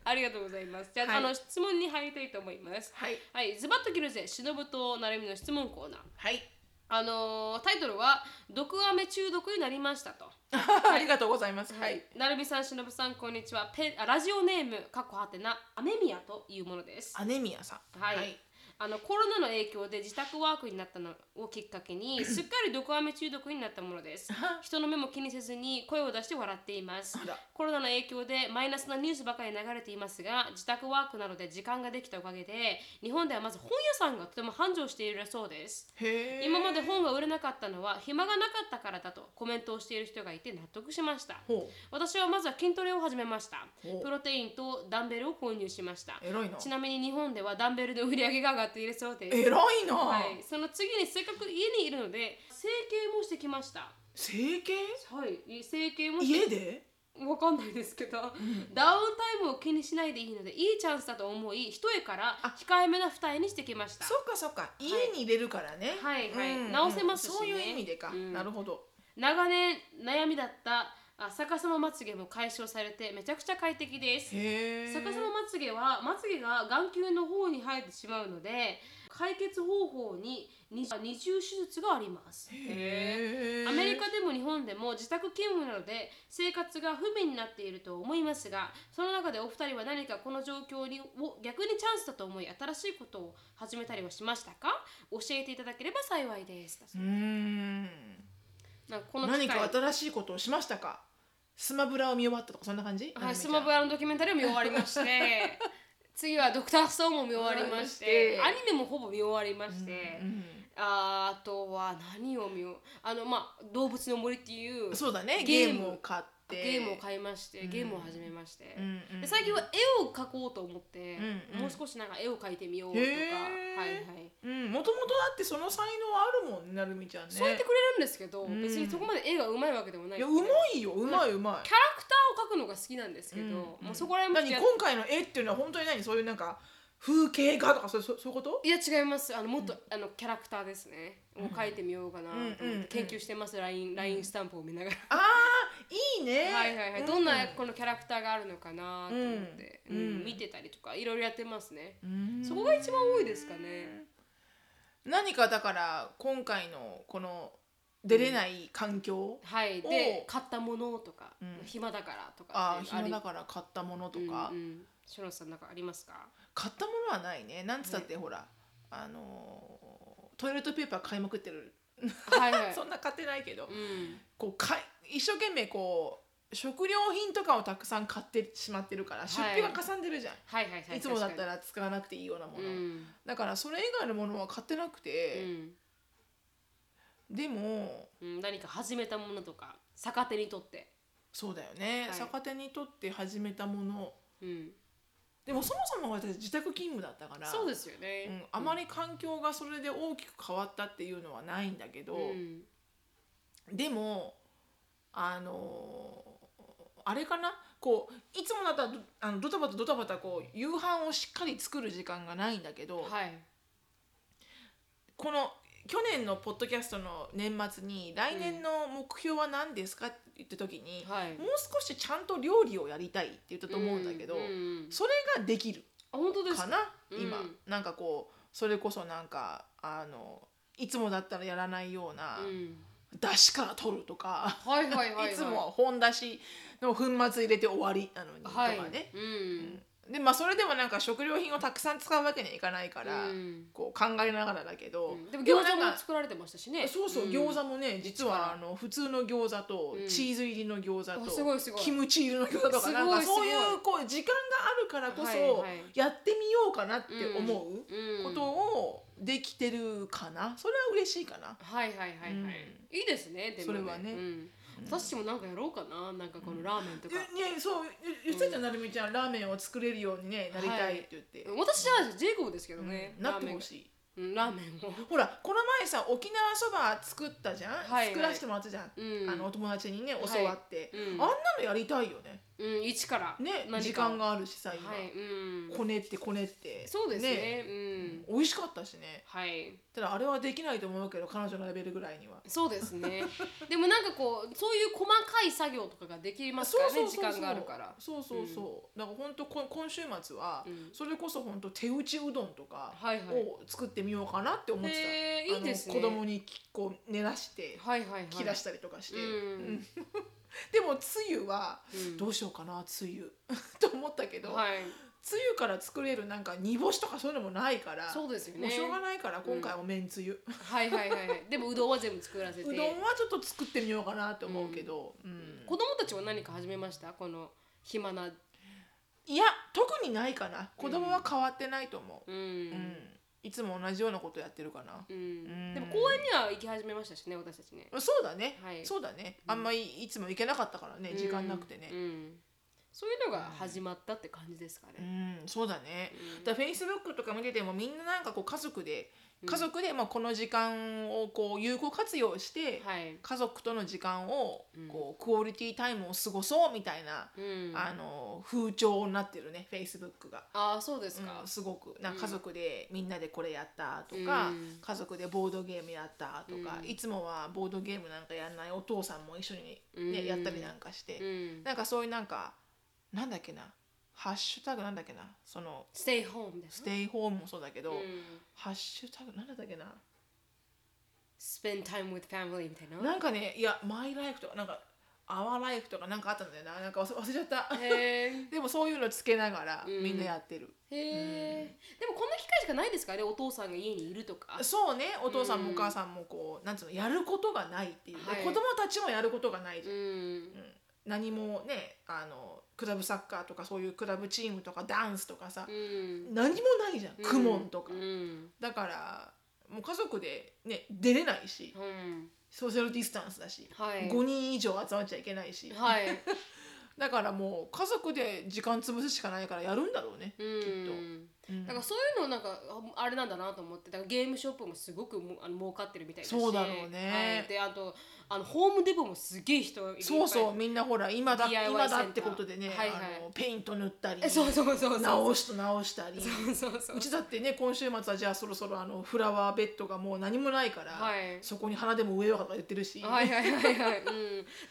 [SPEAKER 1] ありがとうございます。じゃあ、
[SPEAKER 2] はい
[SPEAKER 1] あの質問に入りたいと思います。
[SPEAKER 2] はい。
[SPEAKER 1] はい、ズバッと切るぜ、しのぶとなるみの質問コーナー。
[SPEAKER 2] はい。
[SPEAKER 1] あのータイトルは毒アメ中毒になりましたと。
[SPEAKER 2] ありがとうございます。はい。
[SPEAKER 1] なるみさん、しのぶさん、こんにちは。ペンあラジオネームかっこはてなアメミヤというものです。
[SPEAKER 2] アネミアさん。
[SPEAKER 1] はい。あのコロナの影響で自宅ワークになったのをきっかけ にすっかり毒アメ中毒になったものです人の目も気にせずに声を出して笑っています
[SPEAKER 2] あら
[SPEAKER 1] コロナの影響でマイナスなニュースばかり流れていますが自宅ワークなどで時間ができたおかげで日本ではまず本屋さんがとても繁盛しているそうです
[SPEAKER 2] へえ。
[SPEAKER 1] 今まで本が売れなかったのは暇がなかったからだとコメントをしている人がいて納得しました
[SPEAKER 2] ほ
[SPEAKER 1] 私はまずは筋トレを始めました
[SPEAKER 2] お
[SPEAKER 1] プロテインとダンベルを購入しました
[SPEAKER 2] う。偉いな。
[SPEAKER 1] ちなみに日本ではダンベルの売り上げが上がっているそうです
[SPEAKER 2] 偉いな。
[SPEAKER 1] はい、その次にせっかく家にいるので整形もしてきました
[SPEAKER 2] 整形？
[SPEAKER 1] はい整形もして
[SPEAKER 2] 家で？
[SPEAKER 1] わかんないですけど、ダウンタイムを気にしないでいいのでいいチャンスだと思い一重から控えめな二重にしてきました
[SPEAKER 2] そっかそっか。家に入れるからね。
[SPEAKER 1] はいはい
[SPEAKER 2] うん
[SPEAKER 1] 直せますしね
[SPEAKER 2] そういう意味でか
[SPEAKER 1] う。ん
[SPEAKER 2] なるほど。
[SPEAKER 1] 長年悩みだったあ逆さままつげも解消されてめちゃくちゃ快適です
[SPEAKER 2] へえ。
[SPEAKER 1] 逆さままつげはまつげが眼球の方に生えてしまうので解決方法に二二重手術があります
[SPEAKER 2] へえ。
[SPEAKER 1] アメリカでも日本でも自宅勤務なので生活が不便になっていると思いますがその中でお二人は何かこの状況にを逆にチャンスだと思い新しいことを始めたりはしましたか教えていただければ幸いです。
[SPEAKER 2] うーん。
[SPEAKER 1] なんかこの機
[SPEAKER 2] 何
[SPEAKER 1] 会
[SPEAKER 2] か新しいことをしましたか？スマブラを見終わったとかそんな感じ？アネ
[SPEAKER 1] は
[SPEAKER 2] ミ
[SPEAKER 1] い、
[SPEAKER 2] ちゃん
[SPEAKER 1] スマブラのドキュメンタリーを見終わりまして 次は「ドクターストーン」も見終わりまして
[SPEAKER 2] 見終わ
[SPEAKER 1] ア
[SPEAKER 2] りま
[SPEAKER 1] ニメもほぼ見終わりまして、
[SPEAKER 2] うん
[SPEAKER 1] あーあとは何を見ようあのまあ「動物の森」っていう
[SPEAKER 2] そうだね。
[SPEAKER 1] ゲ
[SPEAKER 2] ゲ
[SPEAKER 1] ー
[SPEAKER 2] ー
[SPEAKER 1] ム
[SPEAKER 2] ムを買って。
[SPEAKER 1] ゲームを買いましてゲームを始めまして。
[SPEAKER 2] うんうん
[SPEAKER 1] で最近は絵を描こうと思って、
[SPEAKER 2] うんうん
[SPEAKER 1] もう少しなんか絵を描いてみようとか、
[SPEAKER 2] へ
[SPEAKER 1] は
[SPEAKER 2] ー
[SPEAKER 1] いはい、
[SPEAKER 2] うん、もともとだってその才能あるもんねなるみちゃんね。
[SPEAKER 1] そう言ってくれるんですけど、
[SPEAKER 2] ん
[SPEAKER 1] 別にそこまで絵がうまいわけでもない
[SPEAKER 2] いや、う
[SPEAKER 1] ので
[SPEAKER 2] まいよ、うまい、うまい
[SPEAKER 1] キャ。ラクターを描くのが好きなんですけど、もうそこら辺も
[SPEAKER 2] 何、
[SPEAKER 1] 違う
[SPEAKER 2] 今回の絵っていうのは本当に何、そういうなんか。風景画とか、そう、そう、そういうこと。
[SPEAKER 1] いや違いますあのもっと、あのキャラクターですねを描いてみようかなと思って、
[SPEAKER 2] うんうんうん
[SPEAKER 1] 研究してますラインラインスタンプを見ながら、
[SPEAKER 2] ああ、いいね。
[SPEAKER 1] はいはいはい、
[SPEAKER 2] うん
[SPEAKER 1] どんなこのキャラクターがあるのかなと思って、
[SPEAKER 2] うん
[SPEAKER 1] うん
[SPEAKER 2] うん
[SPEAKER 1] 見てたりとかいろいろやってますね、
[SPEAKER 2] うん
[SPEAKER 1] そこが一番多いですかね、
[SPEAKER 2] 何かだから、今回のこの。出れない環境。
[SPEAKER 1] はい
[SPEAKER 2] おう
[SPEAKER 1] で買ったものとか、
[SPEAKER 2] うん
[SPEAKER 1] 暇だからと
[SPEAKER 2] あ
[SPEAKER 1] か
[SPEAKER 2] あ、
[SPEAKER 1] っていう
[SPEAKER 2] 暇
[SPEAKER 1] り
[SPEAKER 2] だから、買ったものとか
[SPEAKER 1] うん。うん、シロさんなんかあります か？
[SPEAKER 2] 買ったものはないね、なんつったって、ほら。あのー。トイレットペーパー買いまくってる。
[SPEAKER 1] はいはい。
[SPEAKER 2] そんな買ってないけど
[SPEAKER 1] う。ん。
[SPEAKER 2] こうか一生懸命こう食料品とかをたくさん買ってしまってるから出費がかさんでるじゃん、、
[SPEAKER 1] はいはいはいい。
[SPEAKER 2] つもだった
[SPEAKER 1] ら。
[SPEAKER 2] ら使わなくていいようなも
[SPEAKER 1] う
[SPEAKER 2] の、
[SPEAKER 1] ん。
[SPEAKER 2] だからそれ以外のものは買ってなく
[SPEAKER 1] う
[SPEAKER 2] て、
[SPEAKER 1] ん。
[SPEAKER 2] でも
[SPEAKER 1] うん、何か始めたものとか逆手にとって、
[SPEAKER 2] そうだよね、
[SPEAKER 1] はい
[SPEAKER 2] 逆手にとって始めたもの
[SPEAKER 1] うん、
[SPEAKER 2] でもそもそも私自宅勤務だったから
[SPEAKER 1] そうですよ
[SPEAKER 2] う
[SPEAKER 1] ね
[SPEAKER 2] ん、、あまり環境がそれで大きく変わったっていうのはないんだけど、
[SPEAKER 1] うん
[SPEAKER 2] でもあのーあれかなこういつもだったらどあのドタバタドタバタこう夕飯をしっかり作る時間がないんだけど、
[SPEAKER 1] はい
[SPEAKER 2] この去年のポッドキャストの年末に「来年の目標は何ですか?」って言った時に、
[SPEAKER 1] はい
[SPEAKER 2] もう少しちゃんと料理をやりたいって言ったと思うんだけど、
[SPEAKER 1] ううん
[SPEAKER 2] それができる
[SPEAKER 1] あ本当です
[SPEAKER 2] かな
[SPEAKER 1] うん
[SPEAKER 2] 今、なんかこうそれこそなんかあのいつもだったらやらないような、
[SPEAKER 1] うん、
[SPEAKER 2] 出汁から取るとか、
[SPEAKER 1] はいはいはい、はい、
[SPEAKER 2] いつもは本出汁の粉末入れて終わりなのにとか
[SPEAKER 1] はい
[SPEAKER 2] ね、
[SPEAKER 1] うん
[SPEAKER 2] でまあそれでもなんか食料品をたくさん使うわけにはいかないから、
[SPEAKER 1] うん
[SPEAKER 2] こう考えながらだけど、
[SPEAKER 1] うんでも餃
[SPEAKER 2] な
[SPEAKER 1] 子
[SPEAKER 2] ん
[SPEAKER 1] も
[SPEAKER 2] か
[SPEAKER 1] 作られてましたしね
[SPEAKER 2] そうそう、
[SPEAKER 1] ん
[SPEAKER 2] 餃子もね実はあの普通の餃子と
[SPEAKER 1] うん
[SPEAKER 2] チーズ入りの餃子
[SPEAKER 1] あ
[SPEAKER 2] と、
[SPEAKER 1] すごいすごい
[SPEAKER 2] キムチ入りの餃子と
[SPEAKER 1] すご
[SPEAKER 2] か
[SPEAKER 1] い
[SPEAKER 2] なんかそうい
[SPEAKER 1] すご
[SPEAKER 2] うこう時間があるからこそ
[SPEAKER 1] はいはい
[SPEAKER 2] やってみようかなって思うう
[SPEAKER 1] うん
[SPEAKER 2] ことをできてるかなそれは嬉しいかな。
[SPEAKER 1] はいはいはいはい、
[SPEAKER 2] うん
[SPEAKER 1] いいですねでも
[SPEAKER 2] それはね
[SPEAKER 1] うん、私もなんかやろうかななんかこのラーメンとか、
[SPEAKER 2] えねそう言ってたじゃんなるみちゃんラーメンを作れるようにねなりたいって言って、
[SPEAKER 1] 私じゃあジェイコブですけどね、
[SPEAKER 2] うんなってほしい
[SPEAKER 1] い、うん、ラーメンを
[SPEAKER 2] ほらこの前さ沖縄そば作ったじゃん、
[SPEAKER 1] はいはい
[SPEAKER 2] 作らせてもらったじゃん、
[SPEAKER 1] うん
[SPEAKER 2] あのお友達にね
[SPEAKER 1] い
[SPEAKER 2] 教わって、
[SPEAKER 1] うん
[SPEAKER 2] あんなのやりたいよね
[SPEAKER 1] うん一から
[SPEAKER 2] ね
[SPEAKER 1] 何か
[SPEAKER 2] 時間があるしさ今、
[SPEAKER 1] はいうん
[SPEAKER 2] こねってこねって
[SPEAKER 1] そうですねうん
[SPEAKER 2] 美味しかったしね
[SPEAKER 1] はい
[SPEAKER 2] ただあれはできないと思うけど彼女のレベルぐらいには
[SPEAKER 1] そうですねでもなんかこうそういう細かい作業とかができますからね時間があるから
[SPEAKER 2] そうそうそう、だから本当こ今週末は、
[SPEAKER 1] うん
[SPEAKER 2] それこそ本当手打ちうどんとか
[SPEAKER 1] はいはい
[SPEAKER 2] を作ってみようかなって思ってた、
[SPEAKER 1] へーいいですね
[SPEAKER 2] あの子供にきこう寝らして
[SPEAKER 1] はいはいはい
[SPEAKER 2] 切らしたりとかして、
[SPEAKER 1] うん
[SPEAKER 2] でもつゆは
[SPEAKER 1] うん
[SPEAKER 2] どうしようかなつゆ と思ったけど、
[SPEAKER 1] はい
[SPEAKER 2] つゆから作れるなんか煮干しとかそういうのもないから
[SPEAKER 1] そうですよね
[SPEAKER 2] もうしょうがないから今回はめんつゆ、
[SPEAKER 1] はいはいはいはいでもうどんは全部作らせて
[SPEAKER 2] うどんはちょっと作ってみようかなと思うけど、うん
[SPEAKER 1] 子供たちは何か始めましたこの暇ない
[SPEAKER 2] や特にないかな子供は変わってないと思
[SPEAKER 1] う
[SPEAKER 2] う、うん
[SPEAKER 1] ん、
[SPEAKER 2] いつも同じようなことやってるかな
[SPEAKER 1] う、
[SPEAKER 2] ん
[SPEAKER 1] ん、でも公園には行き始めましたしね私たちね
[SPEAKER 2] そうだね、
[SPEAKER 1] はい
[SPEAKER 2] そうだねあんまりいつも行けなかったからね、時間なくてね
[SPEAKER 1] うんうんそういうのが始まったって感じですかね、
[SPEAKER 2] うんそうだね、だフェイスブックとか見ててもみんななんかこう家族で
[SPEAKER 1] うん
[SPEAKER 2] 家族でまあこの時間をこう有効活用して、
[SPEAKER 1] はい、
[SPEAKER 2] 家族との時間を
[SPEAKER 1] うん
[SPEAKER 2] こうクオリティタイムを過ごそうみたいな、
[SPEAKER 1] うん、
[SPEAKER 2] あの風潮になってるねフェイスブックが。
[SPEAKER 1] あーそうですか、
[SPEAKER 2] うんすごくなん
[SPEAKER 1] うん
[SPEAKER 2] か家族でみんなでこれやったとか、
[SPEAKER 1] うん
[SPEAKER 2] 家族でボードゲームやったとか、
[SPEAKER 1] うん
[SPEAKER 2] いつもはボードゲームなんかやんないお父さんも一緒に、ね
[SPEAKER 1] うん
[SPEAKER 2] やったりなんかして、
[SPEAKER 1] うん
[SPEAKER 2] なんかそういうなんかなんだっけなハッシュタグなんだっけなその
[SPEAKER 1] ステイホームです
[SPEAKER 2] ステイホームもそうだけど、
[SPEAKER 1] うん、
[SPEAKER 2] ハッシュタグなんだったっけな
[SPEAKER 1] spend time with family みたいな
[SPEAKER 2] なんかねいやマイライフとかなんかアワライフとかなんかあったんだよななんか忘れ忘れちゃった
[SPEAKER 1] へー
[SPEAKER 2] でもそういうのつけながら
[SPEAKER 1] うん
[SPEAKER 2] みんなやってる、
[SPEAKER 1] へえ、でもこんな機会しかないですからねお父さんが家にいるとか
[SPEAKER 2] そうねお父さん
[SPEAKER 1] う
[SPEAKER 2] もお
[SPEAKER 1] ん
[SPEAKER 2] 母さんもこうなんつうのやることがないっていう、
[SPEAKER 1] はい
[SPEAKER 2] 子供たちもやることがないじ
[SPEAKER 1] う
[SPEAKER 2] ゃん、
[SPEAKER 1] ん
[SPEAKER 2] 何もねあのクラブサッカーとかそういうクラブチームとかダンスとかさ
[SPEAKER 1] う、ん
[SPEAKER 2] 何もないじゃん公文とか、
[SPEAKER 1] うん
[SPEAKER 2] だからもう家族でね出れないし
[SPEAKER 1] うん
[SPEAKER 2] ソーシャルディスタンスだし、
[SPEAKER 1] はい
[SPEAKER 2] 5人以上集まっちゃいけないし、
[SPEAKER 1] はい
[SPEAKER 2] だからもう家族で時間潰すしかないからやるんだろうね、
[SPEAKER 1] うん
[SPEAKER 2] うん
[SPEAKER 1] だからそういうのなんかああれなんだなと思ってだからゲームショップもすごくもあの儲かってるみたいだし
[SPEAKER 2] そうだろうね
[SPEAKER 1] はいであとあのホームデポもすげえ人いっぱい
[SPEAKER 2] そうそうみんなほら今だ
[SPEAKER 1] DIY
[SPEAKER 2] 今だってことでね、
[SPEAKER 1] センターはいはい
[SPEAKER 2] あのペイント塗ったり
[SPEAKER 1] えそうそうそうそう
[SPEAKER 2] 直しと直したり
[SPEAKER 1] そうそうそう
[SPEAKER 2] うちだってね今週末はじゃあそろそろあのフラワーベッドがもう何もないから、
[SPEAKER 1] はい
[SPEAKER 2] そこに花でも植えようかとか言ってるし、
[SPEAKER 1] はいはいはい はい、うん、だから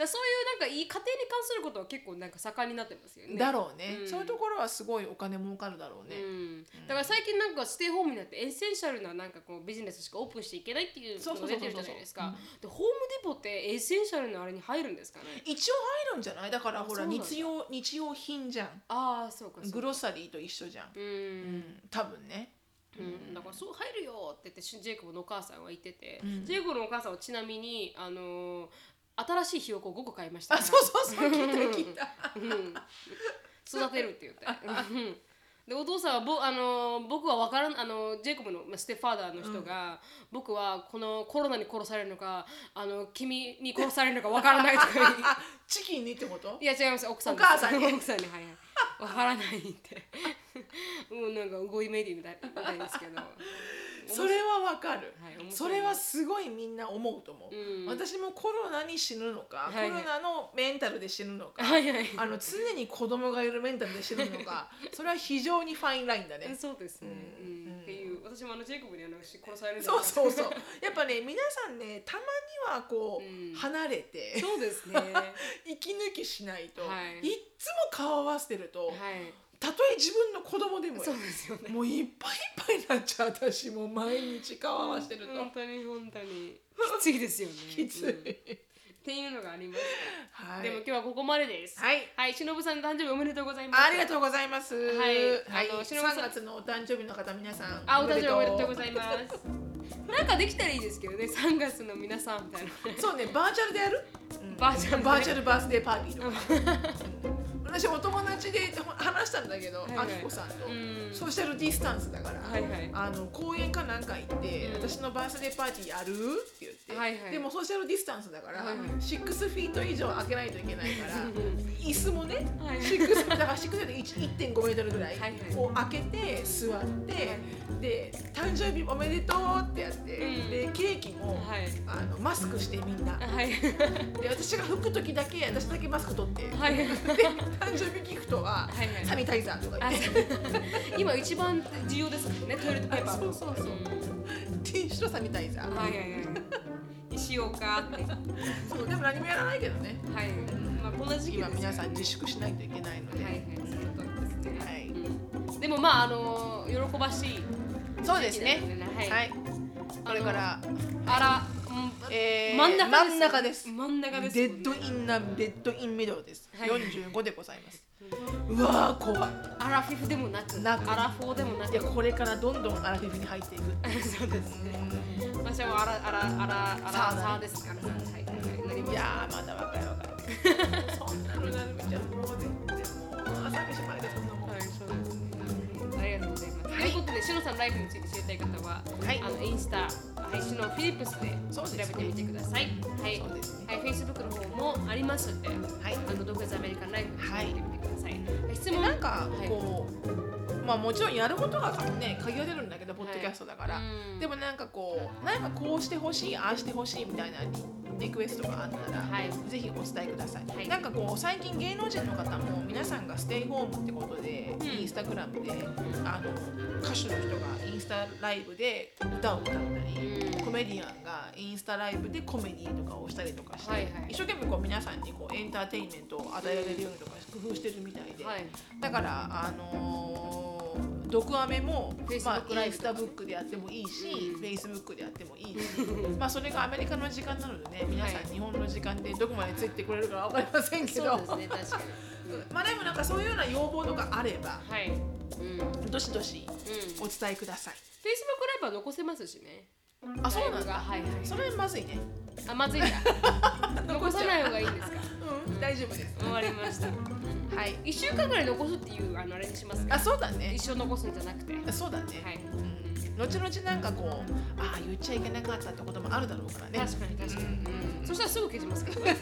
[SPEAKER 1] そういうなんかいい家庭に関することは結構なんか盛んになってますよね。
[SPEAKER 2] だろうね、
[SPEAKER 1] うん
[SPEAKER 2] そういうところはすごいお金儲かるだろうね、
[SPEAKER 1] うん、だから最近なんかステイホームになってエッセンシャルななんかこうビジネスしかオープンしていけないっていう
[SPEAKER 2] そう
[SPEAKER 1] の
[SPEAKER 2] そ
[SPEAKER 1] が
[SPEAKER 2] うそ
[SPEAKER 1] 出て
[SPEAKER 2] うそう
[SPEAKER 1] るじゃないですか。でホームデポってエッセンシャルのあれに入るんですかね。
[SPEAKER 2] 一応入るんじゃないだからほ
[SPEAKER 1] そ
[SPEAKER 2] ら
[SPEAKER 1] うなんだ
[SPEAKER 2] 日用日用品じゃん
[SPEAKER 1] ああそうかそうか。
[SPEAKER 2] グロッサリーと一緒じゃん、
[SPEAKER 1] うん、
[SPEAKER 2] うん多分ね
[SPEAKER 1] うん、だからそう入るよって言ってジェイコブのお母さんは言ってて、
[SPEAKER 2] うん
[SPEAKER 1] ジェイコブのお母さんはちなみにあのー新しいひよこ5個買いました
[SPEAKER 2] あ
[SPEAKER 1] から
[SPEAKER 2] そうそうそう聞いた聞いた
[SPEAKER 1] うん育てるって言って。うんでお父さんはぼあの僕は分からんあのジェイコブの、まあ、ステッファーダーの人が、僕はこのコロナに殺されるのかあの君に殺されるのか分からないとか言う
[SPEAKER 2] あチキンにってこと
[SPEAKER 1] いや違います奥さんです
[SPEAKER 2] お母さんに
[SPEAKER 1] 奥さんにはいはい分からないってもうなんか動いメディみたいみたいですけど
[SPEAKER 2] それはわかる、
[SPEAKER 1] はい面白い
[SPEAKER 2] それはすごいみんな思うと思う、
[SPEAKER 1] うん
[SPEAKER 2] 私もコロナに死ぬのか、
[SPEAKER 1] はい
[SPEAKER 2] コロナのメンタルで死ぬのか、
[SPEAKER 1] はいはい
[SPEAKER 2] あの常に子供がいるメンタルで死ぬ のかそれは非常にファインラインだね
[SPEAKER 1] そうですね、うんっていう私もあのジェイコブにあの殺されるの
[SPEAKER 2] そう
[SPEAKER 1] か
[SPEAKER 2] そうそうやっぱね皆さんねたまにはこう、
[SPEAKER 1] うん
[SPEAKER 2] 離れて
[SPEAKER 1] そうですねはい
[SPEAKER 2] 息抜きしないと、
[SPEAKER 1] はい
[SPEAKER 2] いっつも顔合わせてると、たとえ自分の子供でもよ
[SPEAKER 1] そうですよね
[SPEAKER 2] もういっぱいいっぱいになっちゃう私もう毎日顔合わせてると、
[SPEAKER 1] 本当に本当にきついですよね
[SPEAKER 2] きつい、
[SPEAKER 1] うんっていうのがあります、
[SPEAKER 2] はい
[SPEAKER 1] でも今日はここまでです
[SPEAKER 2] はい
[SPEAKER 1] はいしのぶさんの誕生日おめでとうございます
[SPEAKER 2] ありがとうございます。
[SPEAKER 1] はい
[SPEAKER 2] はい、
[SPEAKER 1] あの
[SPEAKER 2] 3
[SPEAKER 1] 忍さん
[SPEAKER 2] 月のお誕生日の方皆さん。
[SPEAKER 1] あお誕生日おめでとうご
[SPEAKER 2] い
[SPEAKER 1] ざいますなんかできたらいいですけどね3月の皆さんみたいな
[SPEAKER 2] ます。そうね、バーチャルでやる？
[SPEAKER 1] バーチャル
[SPEAKER 2] バーチャルバースデーパーティーとか。 私お友達で話したんだけど、
[SPEAKER 1] い
[SPEAKER 2] あ
[SPEAKER 1] はい
[SPEAKER 2] きこさんと
[SPEAKER 1] うん
[SPEAKER 2] ソーシャルディスタンスだから、
[SPEAKER 1] はいはい
[SPEAKER 2] あの公園かなんか行って、
[SPEAKER 1] うん
[SPEAKER 2] 私のバースデーパーティーやるって言って、
[SPEAKER 1] はいはい
[SPEAKER 2] でもソーシャルディスタンスだから、
[SPEAKER 1] はいはい
[SPEAKER 2] シックスフィート以上開けないといけないから
[SPEAKER 1] うん、
[SPEAKER 2] 椅子もね、
[SPEAKER 1] はい
[SPEAKER 2] シックスだからシックスフィートで1.5メートルぐらい
[SPEAKER 1] はいはい
[SPEAKER 2] を開けて座って、で誕生日おめでとうってやって、
[SPEAKER 1] うん
[SPEAKER 2] でケーキも、
[SPEAKER 1] はい
[SPEAKER 2] あのマスクしてみんな。
[SPEAKER 1] はい
[SPEAKER 2] で私が吹く時だけ私だけマスク取って、
[SPEAKER 1] はいはい
[SPEAKER 2] で誕生日ギフトは
[SPEAKER 1] はいはい
[SPEAKER 2] サニタイザーとか言
[SPEAKER 1] あ
[SPEAKER 2] って、
[SPEAKER 1] そう今一番重要ですからねトイレットペーパー
[SPEAKER 2] そうそうそうティッシュとサニタイザー、
[SPEAKER 1] はいはいはい にしようかっては
[SPEAKER 2] そうでも何もやらないけどね
[SPEAKER 1] いまあこんな時期
[SPEAKER 2] 今皆さん
[SPEAKER 1] で
[SPEAKER 2] 自粛しないといけないの
[SPEAKER 1] す
[SPEAKER 2] で、
[SPEAKER 1] はいはいそういうことですね
[SPEAKER 2] はい
[SPEAKER 1] うんでもまああの喜ばしい
[SPEAKER 2] そうですね
[SPEAKER 1] はい
[SPEAKER 2] はい、これから、
[SPEAKER 1] あらうん
[SPEAKER 2] えー
[SPEAKER 1] 真ん中
[SPEAKER 2] 真ん中です
[SPEAKER 1] 真ん中です
[SPEAKER 2] デ
[SPEAKER 1] もん
[SPEAKER 2] ッ
[SPEAKER 1] ね
[SPEAKER 2] ドインナデッドインミドルです、
[SPEAKER 1] はい
[SPEAKER 2] 45でございますうわー怖い
[SPEAKER 1] アラフィフでもなく
[SPEAKER 2] なく
[SPEAKER 1] アラフォーでもなく
[SPEAKER 2] いやこれからどんどんアラフィフ に入っていく
[SPEAKER 1] そうですね私はアラアラアラアラ
[SPEAKER 2] サーだね
[SPEAKER 1] サーですからはいはいなりま
[SPEAKER 2] い
[SPEAKER 1] す
[SPEAKER 2] やーまだ若 い若いそんなのなるみちゃんもう全然もう朝飯前でそんなもん
[SPEAKER 1] はい、そうですね。ありがとうございます。ということで、しのさんライブについて知りたい方は、
[SPEAKER 2] はい
[SPEAKER 1] あのインスタ、はい、しのフィリップスで調
[SPEAKER 2] そうです
[SPEAKER 1] べ
[SPEAKER 2] ね
[SPEAKER 1] てみてください。はい、
[SPEAKER 2] そうですね
[SPEAKER 1] はい、フェイスブックの方もありますので、
[SPEAKER 2] はい
[SPEAKER 1] あの独立アメリカンライブに
[SPEAKER 2] はい
[SPEAKER 1] 見てみてください。質
[SPEAKER 2] で
[SPEAKER 1] 問
[SPEAKER 2] なんか
[SPEAKER 1] はい
[SPEAKER 2] こう、まあもちろんやることがね限られるんだけどポッドキャストだから、
[SPEAKER 1] うん
[SPEAKER 2] でもなんかこうなんかこうしてほしいああしてほしいみたいなリクエストがあったら、
[SPEAKER 1] はい
[SPEAKER 2] ぜひお伝えください、
[SPEAKER 1] はい
[SPEAKER 2] なんかこう最近芸能人の方も皆さんがステイホームってことで、
[SPEAKER 1] うん
[SPEAKER 2] インスタグラムであの歌手の人がインスタライブで歌を歌ったり、
[SPEAKER 1] うん
[SPEAKER 2] コメディアンがインスタライブでコメディとかをしたりとかして、
[SPEAKER 1] はいはい
[SPEAKER 2] 一生懸命こう皆さんにこうエンターテインメントを与えられるようにとか工夫してるみたいで、
[SPEAKER 1] はい、
[SPEAKER 2] だからあのー毒アメも、
[SPEAKER 1] Facebook
[SPEAKER 2] まあ、
[SPEAKER 1] ラ
[SPEAKER 2] イ
[SPEAKER 1] イ
[SPEAKER 2] ン
[SPEAKER 1] ブ
[SPEAKER 2] ス
[SPEAKER 1] とかね
[SPEAKER 2] タブックでやってもいいし、
[SPEAKER 1] うん
[SPEAKER 2] フェイスブックでやってもいいしまあそれがアメリカの時間なのでね皆さ
[SPEAKER 1] はい
[SPEAKER 2] ん日本の時間でどこまでついてくれるかわかりませんけ
[SPEAKER 1] そ
[SPEAKER 2] ど
[SPEAKER 1] うですね、確か
[SPEAKER 2] まあでもなんかそういうような要望とかあれば
[SPEAKER 1] に。はい。うん。うん。フェイ
[SPEAKER 2] どしどし
[SPEAKER 1] スブッ
[SPEAKER 2] お伝えください。
[SPEAKER 1] クライブは残せますしね。
[SPEAKER 2] あそう
[SPEAKER 1] ライブ
[SPEAKER 2] なん
[SPEAKER 1] が
[SPEAKER 2] だ、
[SPEAKER 1] はいはい。
[SPEAKER 2] それまずいね。
[SPEAKER 1] あ、まずい んだ。残さない方がいいんですか。
[SPEAKER 2] うん大丈夫です。
[SPEAKER 1] 終わりま した。
[SPEAKER 2] はい。
[SPEAKER 1] 一週間ぐらい残すっていうあのあれにしますか
[SPEAKER 2] あ。そうだね。
[SPEAKER 1] 一生残すんじゃなくて。
[SPEAKER 2] そうだね。
[SPEAKER 1] はい。
[SPEAKER 2] うん後々なんかこうああ言っちゃいけなかったってこともあるだろうからね。
[SPEAKER 1] 確かに確かに、そしたらすぐ消します からね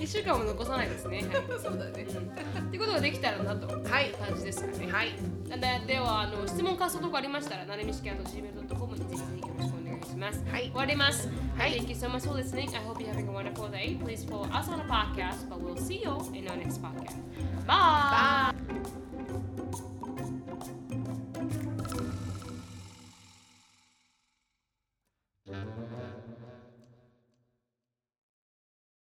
[SPEAKER 1] 一週間も残さないですねはい、
[SPEAKER 2] そうだね。
[SPEAKER 1] うんってことができたらなと
[SPEAKER 2] はい
[SPEAKER 1] 感じですかね
[SPEAKER 2] はい。
[SPEAKER 1] なんでではあの質問感想とかありましたらなるみしき .gmail.com にぜひぜひよろしくお願いします
[SPEAKER 2] はい
[SPEAKER 1] 終わります
[SPEAKER 2] はい
[SPEAKER 1] Thank you so much for listening I hope you're having a wonderful day Please follow us on the podcast But we'll see you in our next podcast Bye.